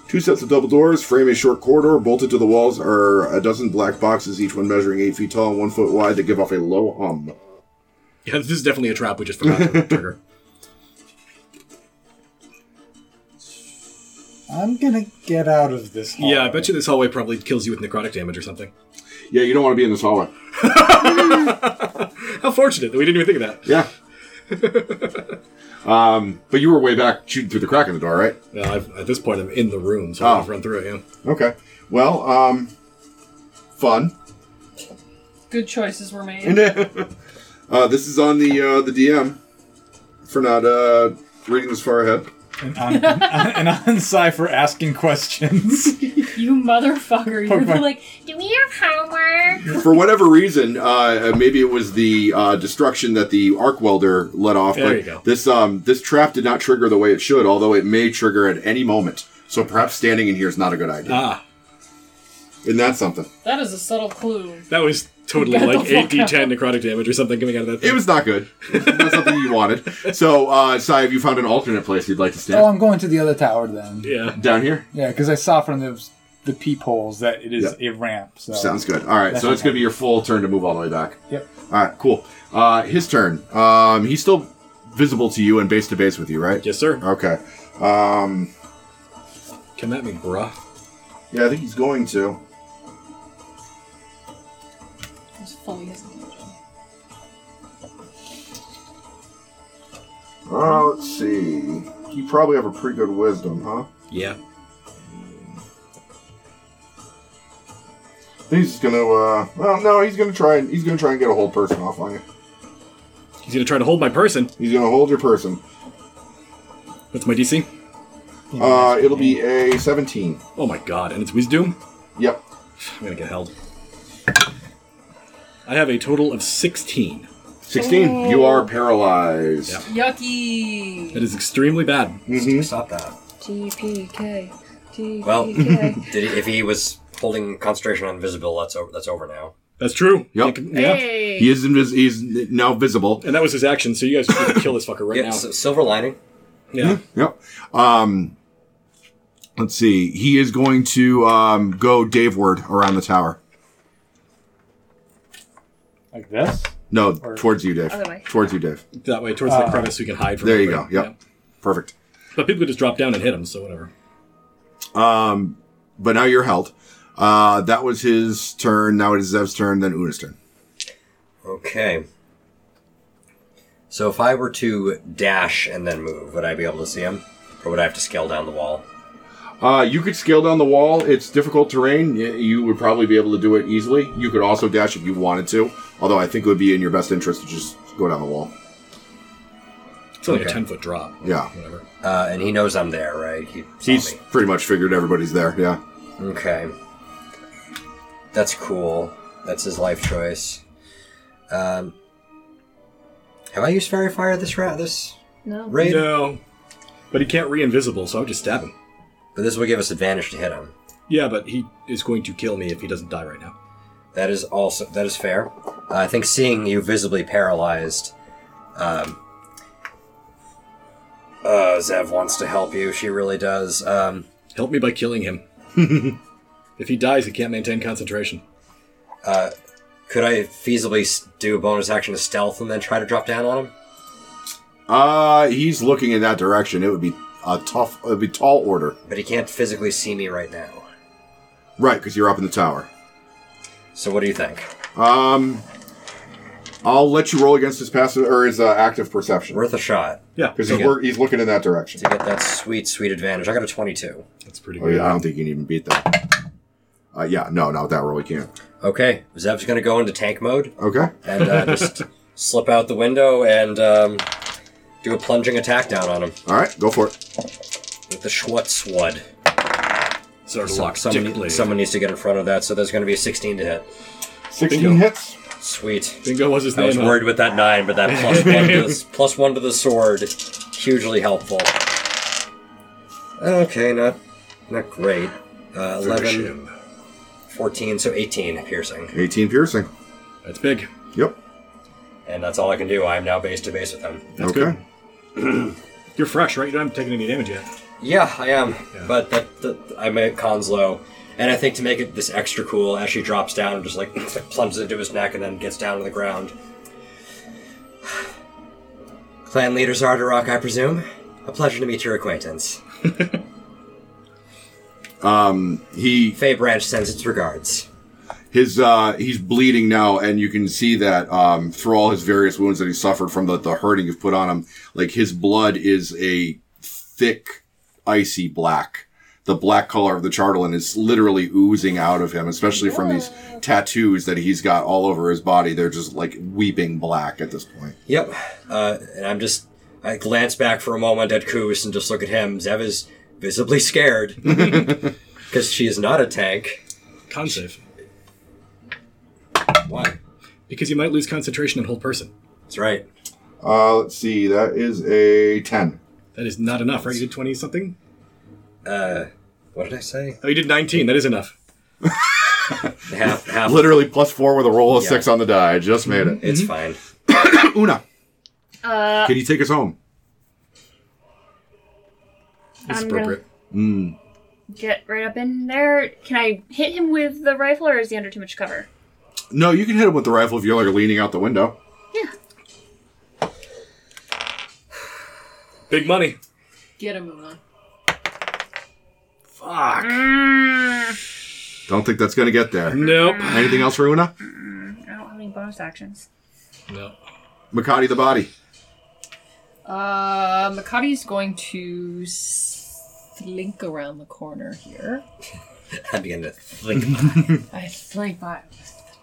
Speaker 3: Two sets of double doors frame a short corridor. Bolted to the walls are a dozen black boxes, each one measuring eight feet tall and one foot wide, that give off a low hum.
Speaker 1: Yeah, this is definitely a trap we just forgot to trigger.
Speaker 6: I'm gonna get out of this. Hallway.
Speaker 1: Yeah, I bet you this hallway probably kills you with necrotic damage or something.
Speaker 3: Yeah, you don't want to be in this hallway.
Speaker 1: How fortunate that we didn't even think of that.
Speaker 3: Yeah. um, but you were way back shooting through the crack in the door, right?
Speaker 1: Well, Uh, I've, at this point, I'm in the room, so
Speaker 3: Oh.
Speaker 1: I've run through it, yeah.
Speaker 3: Okay. Well, um, fun.
Speaker 5: Good choices were made.
Speaker 3: uh, this is on the uh, the DM for not uh, reading this far ahead.
Speaker 6: And on, and on Psy for asking questions.
Speaker 5: You motherfucker! You're
Speaker 6: Pokemon.
Speaker 5: like,
Speaker 4: Do we have homework?
Speaker 3: For whatever reason, uh, maybe it was the uh, destruction that the arc welder let off.
Speaker 1: There
Speaker 3: but
Speaker 1: you go.
Speaker 3: This um, this trap did not trigger the way it should, although it may trigger at any moment. So perhaps standing in here is not a good idea.
Speaker 1: Ah,
Speaker 3: and that's something.
Speaker 5: that is a subtle clue.
Speaker 1: that was totally
Speaker 5: Get the
Speaker 1: like
Speaker 5: fuck
Speaker 1: 8d10 necrotic damage or something coming out of that thing.
Speaker 3: It was not good. It's not something you wanted. So, uh, Sai, have you found an alternate place you'd like to stand?
Speaker 6: oh, I'm going to the other tower then.
Speaker 1: yeah.
Speaker 3: Down here?
Speaker 6: Yeah, because I saw from the the peepholes that it is a ramp. So
Speaker 3: Sounds good. All right,
Speaker 6: That's
Speaker 3: so it's
Speaker 6: okay.
Speaker 3: going to be your full turn to move all the way back.
Speaker 6: Yep.
Speaker 3: All right, cool. Uh, his turn. Um, he's still visible to you and base to base with you, right?
Speaker 1: Yes, sir.
Speaker 3: Okay. Um,
Speaker 1: Come at me, bruh.
Speaker 3: yeah, I think he's going to.
Speaker 5: It's fully his intention.
Speaker 3: Oh, let's see. You probably have a pretty good wisdom, huh?
Speaker 1: Yeah.
Speaker 3: I think he's just gonna. Uh, well, no, he's gonna try and he's gonna try and get a whole person off on you.
Speaker 1: He's going to try to hold my person.
Speaker 3: He's gonna hold your person.
Speaker 1: What's my DC?
Speaker 3: Uh, it'll be a seventeen.
Speaker 1: Oh my god, and it's Wisdom?
Speaker 3: Yep.
Speaker 1: I'm going to get held. I have a total of 16.
Speaker 3: Sixteen. You are paralyzed.
Speaker 1: Yeah.
Speaker 5: Yucky.
Speaker 1: That is extremely bad.
Speaker 3: Mm-hmm.
Speaker 2: Stop that.
Speaker 4: TPK. TPK.
Speaker 2: Well, did he, if he was holding concentration on invisible, that's over. That's over now.
Speaker 1: That's true.
Speaker 3: Yep.
Speaker 1: Yeah.
Speaker 4: Hey.
Speaker 3: He is invis- he's now visible.
Speaker 1: And that was his action, so you guys just need to kill this fucker right
Speaker 2: Yeah,
Speaker 1: now.
Speaker 2: s- silver lining.
Speaker 1: yeah.
Speaker 3: Yep. Um, let's see. He is going to um, go Daveward around the tower.
Speaker 6: like this.
Speaker 3: No,
Speaker 7: Or-
Speaker 3: towards you, Dave.
Speaker 4: Other way.
Speaker 3: Towards you, Dave.
Speaker 1: That way, towards the crevice, we can hide from
Speaker 3: Uh, There you go.
Speaker 1: everybody.
Speaker 3: Yep.
Speaker 1: Yeah.
Speaker 3: Perfect.
Speaker 1: But people could just drop down and hit him, so whatever.
Speaker 3: But now you're held. Uh, that was his turn. Now it is Zev's turn. Then Una's turn.
Speaker 2: Okay. So if I were to dash and then move, would I be able to see him? Or would I have to scale down the wall?
Speaker 3: Uh, you could scale down the wall. It's difficult terrain. Y- You would probably be able to do it easily. You could also dash if you wanted to. Although I think it would be in your best interest to just go down the wall.
Speaker 1: It's only
Speaker 2: Okay.
Speaker 1: a ten foot drop.
Speaker 3: Yeah.
Speaker 1: Whatever.
Speaker 2: Uh, and he knows I'm there, right? He saw
Speaker 3: He's
Speaker 2: me.
Speaker 3: pretty much figured everybody's there. Yeah.
Speaker 2: Okay. That's cool. That's his life choice. Um, have I used Fairy Fire this round? This
Speaker 4: No.
Speaker 2: raid?
Speaker 1: No. But he can't re-invisible, so I'll just stab him.
Speaker 2: But this would give us advantage to hit him.
Speaker 1: Yeah, but he is going to kill me if he doesn't die right now.
Speaker 2: That is also that is fair. Uh, I think seeing you visibly paralyzed, um, uh, Zev wants to help you. She really does. Um,
Speaker 1: Help me by killing him. if he dies, he can't maintain concentration.
Speaker 2: could I feasibly s- do a bonus action to stealth and then try to drop down on him?
Speaker 3: Uh, he's looking in that direction. It would be a tough. It would be tall order.
Speaker 2: But he can't physically see me right now.
Speaker 3: Right, because you're up in the tower.
Speaker 2: So what do you think?
Speaker 3: Um, I'll let you roll against his passive or his uh, active perception
Speaker 2: Worth a shot
Speaker 1: Yeah,
Speaker 3: because he's, wor- he's looking in that direction.
Speaker 2: to get that sweet, sweet advantage. I got a twenty-two.
Speaker 1: that's pretty
Speaker 3: Oh,
Speaker 1: good.
Speaker 3: yeah, I don't think you can even beat that. Uh, yeah, no, not with that roll. We can't.
Speaker 2: Okay, Zev's gonna go into tank mode
Speaker 3: Okay.
Speaker 2: and uh, just slip out the window and um, do a plunging attack down on him
Speaker 3: All right, go for it.
Speaker 2: with the Schwartz Swud.
Speaker 1: Sort of
Speaker 2: Someone,
Speaker 1: locked
Speaker 2: someone, someone needs to get in front of that, so there's going to be a 16 to hit.
Speaker 3: Sixteen
Speaker 1: Bingo.
Speaker 3: hits.
Speaker 2: Sweet. uh,
Speaker 1: Bingo was his
Speaker 2: I
Speaker 1: name.
Speaker 2: was
Speaker 1: huh?
Speaker 2: worried with that 9, but that plus 1 to the, plus one to the sword, hugely helpful. Okay, not not great. Uh,
Speaker 1: Finish
Speaker 2: 11,
Speaker 1: him.
Speaker 2: 14, so 18 piercing.
Speaker 3: Eighteen piercing.
Speaker 1: That's big.
Speaker 3: Yep.
Speaker 2: And that's all I can do. I am now base to base with him.
Speaker 1: That's
Speaker 3: okay.
Speaker 1: good. You're fresh, right? You haven't taken any damage yet.
Speaker 2: Yeah, I am. But that, that, I'm at cons low. And I think to make it this extra cool, as she drops down, just like plunges into his neck and then gets down to the ground. Clan leader Zardarok, I presume. A pleasure to meet your acquaintance.
Speaker 3: He
Speaker 2: Fey Branch sends its regards.
Speaker 3: his uh he's bleeding now, and you can see that um through all his various wounds that he suffered from the the hurting you've put on him, like his blood is a thick, icy black. The black color of the chardelin is literally oozing out of him, especially from these tattoos that he's got all over his body. They're just like weeping black at this point.
Speaker 2: Yep. Uh, and I'm just. I glance back for a moment at Koos and just look at him. Zev is visibly scared. Because she is not a tank.
Speaker 1: Con save.
Speaker 2: Why?
Speaker 1: Because you might lose concentration and whole person.
Speaker 2: That's right.
Speaker 3: Uh, let's see. That is a ten.
Speaker 1: That is not enough, right? You did 20 something?
Speaker 2: Uh, what did I say?
Speaker 1: Oh, you did 19. That is enough.
Speaker 2: Half, half.
Speaker 3: Literally plus four with a roll of
Speaker 2: Yeah.
Speaker 3: six on the die. I just made it.
Speaker 2: It's fine.
Speaker 3: Una,
Speaker 4: Uh,
Speaker 3: can you take us home?
Speaker 1: It's
Speaker 4: I'm gonna-
Speaker 1: appropriate.
Speaker 4: get right up in there. Can I hit him with the rifle, or is he under too much cover?
Speaker 3: No, you can hit him with the rifle if you're like leaning out the window.
Speaker 4: Yeah.
Speaker 1: Big money.
Speaker 5: Get him, Una.
Speaker 1: Fuck.
Speaker 4: Mm,
Speaker 3: Don't think that's gonna get there.
Speaker 1: Nope.
Speaker 5: Mm.
Speaker 3: Anything else, Runa?
Speaker 4: I don't have any bonus actions.
Speaker 1: No.
Speaker 3: Makati the body.
Speaker 5: Uh, Makati's going to slink around the corner here.
Speaker 2: I begin to think.
Speaker 5: I slink by.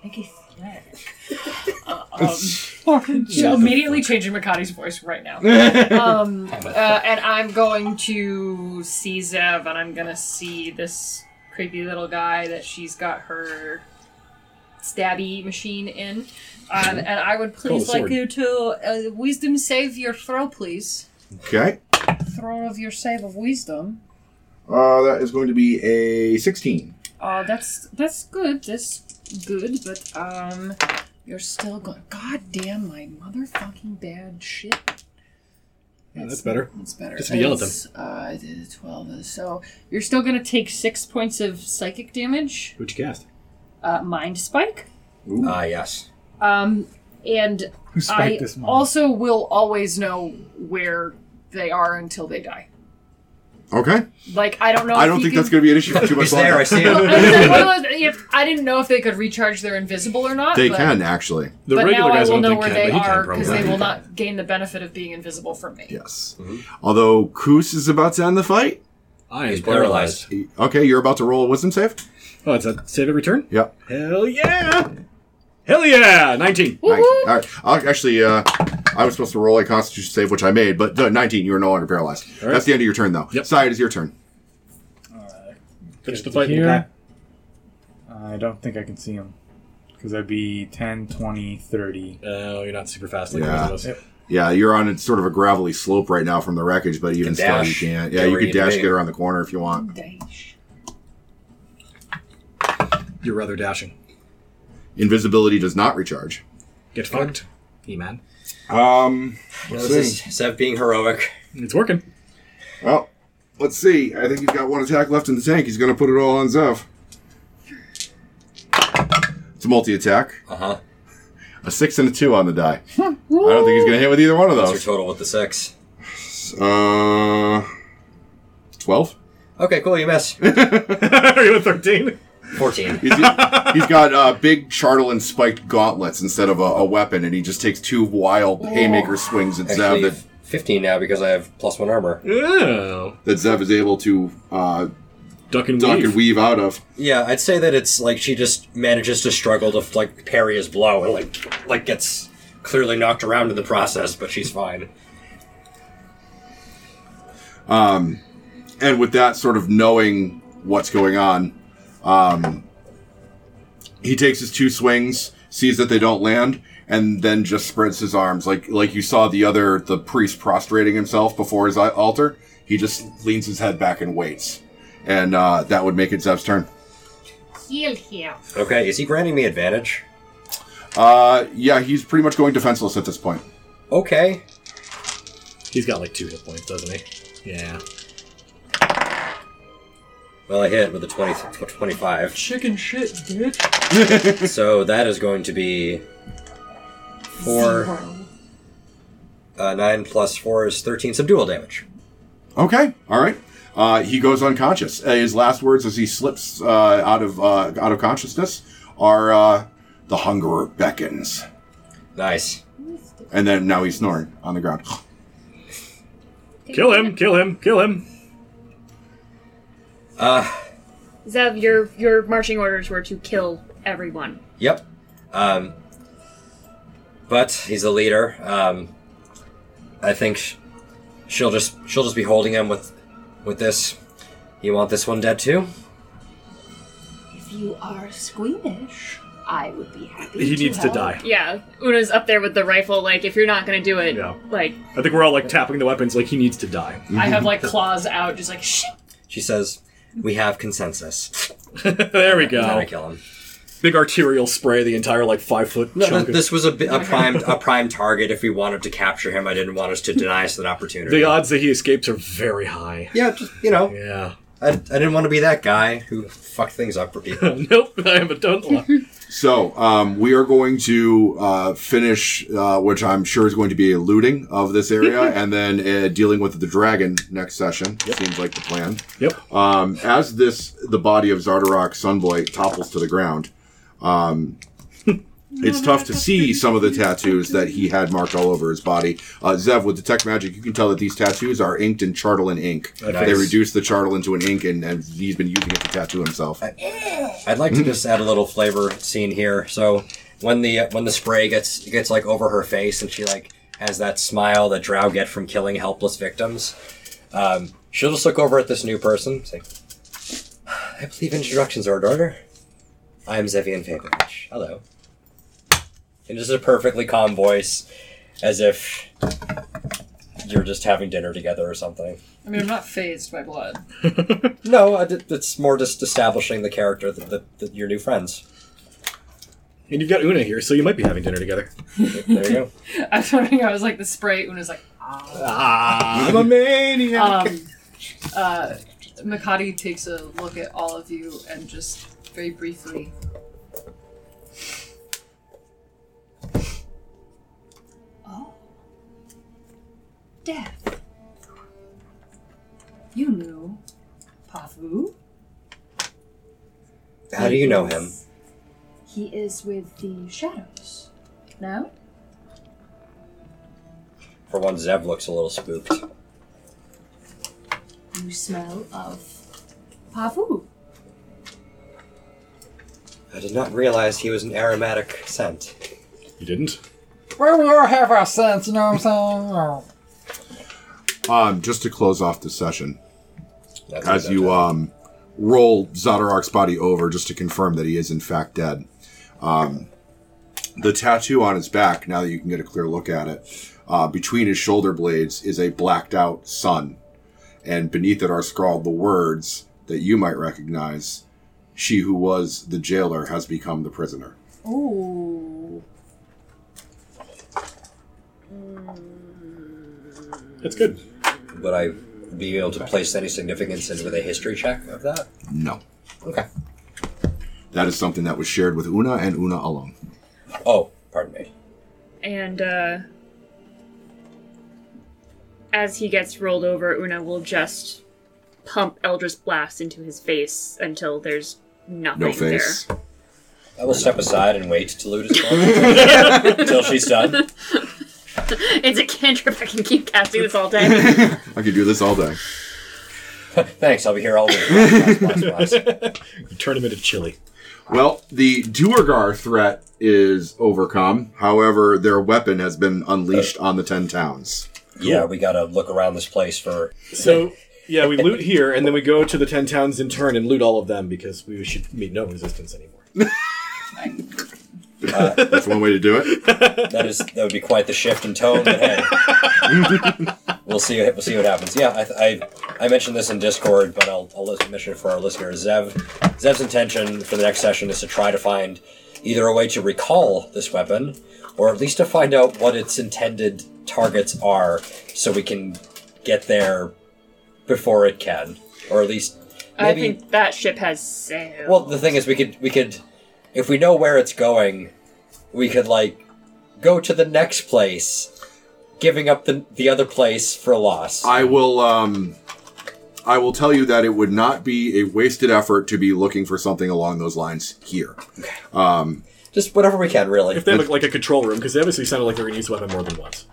Speaker 5: Make a slink.
Speaker 7: Fucking
Speaker 5: Um, So immediately changing Makati's voice right now. um, uh, and I'm going to see Zev, and I'm gonna see this creepy little guy that she's got her stabby machine in. Um, and I would
Speaker 1: Call the
Speaker 5: please like
Speaker 1: sword.
Speaker 5: you to uh, wisdom save your throw, please.
Speaker 3: Okay.
Speaker 5: Throw of your save of wisdom.
Speaker 3: Uh, that is going to be a 16.
Speaker 5: Uh, that's that's good. That's good, but um, you're still going. God damn my motherfucking bad shit.
Speaker 1: Yeah, that's better.
Speaker 5: That's better.
Speaker 1: Just yell at them.
Speaker 5: It's, Uh, I did a twelve. uh, So you're still gonna take six points of psychic damage.
Speaker 1: What'd you cast?
Speaker 5: Uh, mind spike.
Speaker 2: Ah, yes.
Speaker 5: Um, and
Speaker 6: Who spiked
Speaker 5: I
Speaker 6: this month?
Speaker 5: also will always know where they are until they die.
Speaker 3: Okay.
Speaker 5: Like I don't know.
Speaker 3: I
Speaker 5: if
Speaker 3: don't
Speaker 5: you
Speaker 3: think
Speaker 5: can-
Speaker 3: that's going to be an issue for too much
Speaker 2: He's there. I
Speaker 3: longer.
Speaker 2: see
Speaker 5: Well,
Speaker 2: him.
Speaker 5: I, was like, one of those- if- I didn't know if they could recharge their invisible or not.
Speaker 3: They
Speaker 5: but,
Speaker 3: can actually.
Speaker 1: The
Speaker 5: but
Speaker 1: regular
Speaker 5: now
Speaker 1: guys
Speaker 5: I will
Speaker 1: I don't
Speaker 5: know
Speaker 1: think
Speaker 5: where
Speaker 1: can,
Speaker 5: they
Speaker 1: but he can
Speaker 5: are
Speaker 1: probably.
Speaker 5: because they will not gain the benefit of being invisible from me.
Speaker 3: Yes. Although Koos is about to end the fight.
Speaker 1: I
Speaker 2: He's
Speaker 1: am
Speaker 2: paralyzed.
Speaker 1: paralyzed.
Speaker 3: Okay, you're about to roll a wisdom save.
Speaker 1: Oh, it's a save every turn?
Speaker 3: Yep.
Speaker 1: Hell yeah! Hell yeah! 19.
Speaker 3: Nice. All right. I'll actually, uh, I was supposed to roll a Constitution save, which I made, but uh, 19. You are no longer paralyzed.
Speaker 1: All right.
Speaker 3: That's the end of your turn, though.
Speaker 1: Yep.
Speaker 3: Sai, it is your turn.
Speaker 1: Finish the fight.
Speaker 6: Here. I don't think I can see him. Because I'd be 10, 20, 30.
Speaker 1: Oh, you're not super fast like
Speaker 3: Yeah.
Speaker 1: the rest of us.
Speaker 6: Yep.
Speaker 3: Yeah, you're on a, sort of a gravelly slope right now from the wreckage, but
Speaker 2: can
Speaker 3: even still, you
Speaker 2: dash.
Speaker 3: can't.
Speaker 2: Get
Speaker 3: Yeah, you
Speaker 2: where
Speaker 3: could
Speaker 2: you
Speaker 3: dash,
Speaker 2: need.
Speaker 3: get around the corner if you want.
Speaker 5: Dash.
Speaker 1: You're rather dashing.
Speaker 3: Invisibility does not recharge.
Speaker 1: Get fucked. He man.
Speaker 3: Um,
Speaker 2: You know, this is Zev being heroic.
Speaker 1: It's working.
Speaker 3: well, let's see. I think he's got one attack left in the tank. He's going to put it all on Zev. It's a multi attack.
Speaker 2: Uh huh.
Speaker 3: A six and a two on the die. I don't think he's going to hit with either one of
Speaker 2: What's your
Speaker 3: those.
Speaker 2: total with the six?
Speaker 3: Uh, 12?
Speaker 2: Okay, cool. You miss.
Speaker 1: Are you at 13?
Speaker 2: Fourteen.
Speaker 3: He's, he's got uh, big chartel and spiked gauntlets instead of a, a weapon, and he just takes two wild haymaker swings at Zev
Speaker 2: Actually,
Speaker 3: that,
Speaker 2: f- fifteen now because I have plus one armor.
Speaker 1: Oh.
Speaker 3: that Zev is able to uh,
Speaker 1: Duck and
Speaker 3: duck
Speaker 1: weave.
Speaker 3: and weave out of.
Speaker 2: Yeah, I'd say that it's like she just manages to struggle to like parry his blow and like like gets clearly knocked around in the process, but she's fine.
Speaker 3: And with that sort of knowing what's going on, um, he takes his two swings, sees that they don't land, and then just spreads his arms like like you saw the other the priest prostrating himself before his altar. He just leans his head back and waits, and uh, that would make it Zev's turn.
Speaker 5: Heal him.
Speaker 2: Okay, is he granting me advantage?
Speaker 3: Uh, yeah, he's pretty much going defenseless at this point.
Speaker 2: Okay.
Speaker 1: He's got like two hit points, doesn't he? Yeah.
Speaker 2: Well, I hit with a 20, tw- 25.
Speaker 6: Chicken shit, bitch.
Speaker 2: so that is going to be 4. Uh, 9 plus 4 is 13. Subdual damage.
Speaker 3: Okay, all right. Uh, he goes unconscious. Uh, his last words as he slips uh, out of uh, out of consciousness are uh, "The hungerer beckons,"
Speaker 2: Nice.
Speaker 3: and then now he's snoring on the ground.
Speaker 1: Kill him, kill him, kill him.
Speaker 2: Uh,
Speaker 4: Zev, your your marching orders were to kill everyone.
Speaker 2: yep. Um, but he's the leader. Um, I think sh- she'll just she'll just be holding him with with this. You want this one dead too?
Speaker 5: If you are squeamish, I would be happy.
Speaker 1: He needs to
Speaker 5: help.
Speaker 1: die.
Speaker 4: Yeah, Una's up there with the rifle. Like, if you're not gonna do it,
Speaker 1: Yeah.
Speaker 4: like,
Speaker 1: I think we're all like tapping the weapons like he needs to die.
Speaker 5: I have like claws out, just like shit.
Speaker 2: She says, "We have consensus."
Speaker 1: there we
Speaker 2: And then I
Speaker 1: go.
Speaker 2: kill him.
Speaker 1: Big arterial spray the entire like five foot
Speaker 2: No,
Speaker 1: chunk
Speaker 2: th-
Speaker 1: of-
Speaker 2: this was a, bi- a prime a prime target. If we wanted to capture him, I didn't want us to deny us that opportunity.
Speaker 1: The uh, odds that he escapes are very high.
Speaker 2: yeah, just you know,
Speaker 1: Yeah.
Speaker 2: I, I didn't want to be that guy who fucked things up for people.
Speaker 1: nope, I am a Dunlop.
Speaker 3: So um, we are going to uh, finish, uh, which I'm sure is going to be a looting of this area, and then uh, dealing with the dragon next session. Seems like the plan.
Speaker 1: yep.
Speaker 3: Um, as this, the body of Zardarok Sunblight topples to the ground, um, it's tough to see some of the tattoos that he had marked all over his body. Uh, Zev, with Detect Magic, you can tell that these tattoos are inked in chartalin ink. They
Speaker 2: Nice.
Speaker 3: reduce the chartalin to an ink, and, and he's been using it to tattoo himself.
Speaker 2: I'd like to just add a little flavor scene here. So when the when the spray gets gets like over her face and she like has that smile that Drow get from killing helpless victims, um, she'll just look over at this new person. Say, I believe introductions are in order. I'm Zevian Fabovich. Hello. And just a perfectly calm voice, as if you're just having dinner together or something.
Speaker 5: I mean, I'm not phased by blood.
Speaker 2: No, I did- it's more just establishing the character that, that, that your new friends.
Speaker 1: And you've got Una here, so you might be having dinner together.
Speaker 2: There you go.
Speaker 5: I was wondering. I was like the spray. Una's like,
Speaker 1: Ah, I'm a maniac.
Speaker 5: um, uh, Makati takes a look at all of you and just very briefly. Oh. Pavu.
Speaker 2: How do you know him?
Speaker 5: He is with the shadows. No?
Speaker 2: For one, Zev looks a little spooked.
Speaker 5: You smell of Pavu.
Speaker 2: I did not realize he was an aromatic scent.
Speaker 1: You didn't?
Speaker 7: Well, we all have our sense, you know what I'm saying?
Speaker 3: Um, just to close off the session,
Speaker 2: That's
Speaker 3: as
Speaker 2: what
Speaker 3: you
Speaker 2: that-
Speaker 3: um, roll Zadarok's body over just to confirm that he is in fact dead. Um, the tattoo on his back, now that you can get a clear look at it, uh, between his shoulder blades is a blacked out sun, and beneath it are scrawled the words that you might recognize: "She who was the jailer has become the prisoner."
Speaker 5: Ooh.
Speaker 1: That's good.
Speaker 2: Would I be able to place any significance in with a history check of that?
Speaker 3: No,
Speaker 2: Okay.
Speaker 3: that is something that was shared with Una and Una alone.
Speaker 2: Oh, pardon me.
Speaker 4: And uh, as he gets rolled over, Una will just pump Eldritch Blast into his face until there's nothing
Speaker 3: No face.
Speaker 2: I will step aside and wait to loot his phone until she's done.
Speaker 4: there. It's a cantrip. I can keep casting this all day.
Speaker 3: I could do this all day.
Speaker 2: Thanks, I'll be here all week. Blast, blast, blast.
Speaker 1: You turn him into chili.
Speaker 3: Well, the Duergar threat is overcome. However, their weapon has been unleashed on the ten towns.
Speaker 2: Yeah, we gotta look around this place for.
Speaker 1: So, yeah, we loot here, and then we go to the 10 towns in turn and loot all of them because we should meet no resistance anymore.
Speaker 3: That's one way to do it.
Speaker 2: That is that would be quite the shift in tone. But hey, we'll see. We'll see what happens. Yeah, I, I, I mentioned this in Discord, but I'll, I'll lis- mention it for our listeners. Zev, Zev's intention for the next session is to try to find either a way to recall this weapon, or at least to find out what its intended targets are, so we can get there before it can, or at least
Speaker 4: I
Speaker 2: maybe.
Speaker 4: think that ship has sailed.
Speaker 2: Well, the thing is, we could we could, if we know where it's going, we could like go to the next place, giving up the the other place for loss.
Speaker 3: I will um I will tell you that it would not be a wasted effort to be looking for something along those lines here.
Speaker 2: Just whatever we can, really.
Speaker 1: If they look like a control room, because they obviously sounded like they were going to use the weapon more than once.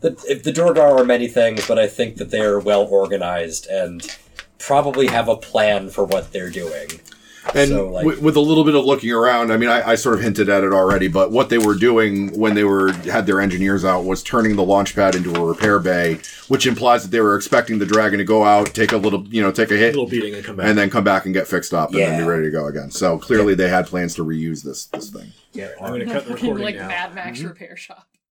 Speaker 2: The, if the Dorgar are many things, but I think that they are well organized and probably have a plan for what they're doing.
Speaker 3: And
Speaker 2: So, like-
Speaker 3: wi- with a little bit of looking around, I mean, I, I sort of hinted at it already, but what they were doing when they were had their engineers out was turning the launch pad into a repair bay, which implies that they were expecting the dragon to go out, take a little, you know, take a
Speaker 1: A
Speaker 3: hit,
Speaker 1: little beating and come back.
Speaker 3: and then come back and get fixed up and then be
Speaker 2: Yeah.
Speaker 3: ready to go again. So clearly they had plans to reuse this this thing.
Speaker 1: I'm going to cut the
Speaker 5: Fucking
Speaker 1: recording
Speaker 5: like
Speaker 1: now.
Speaker 5: Mad Max repair shop.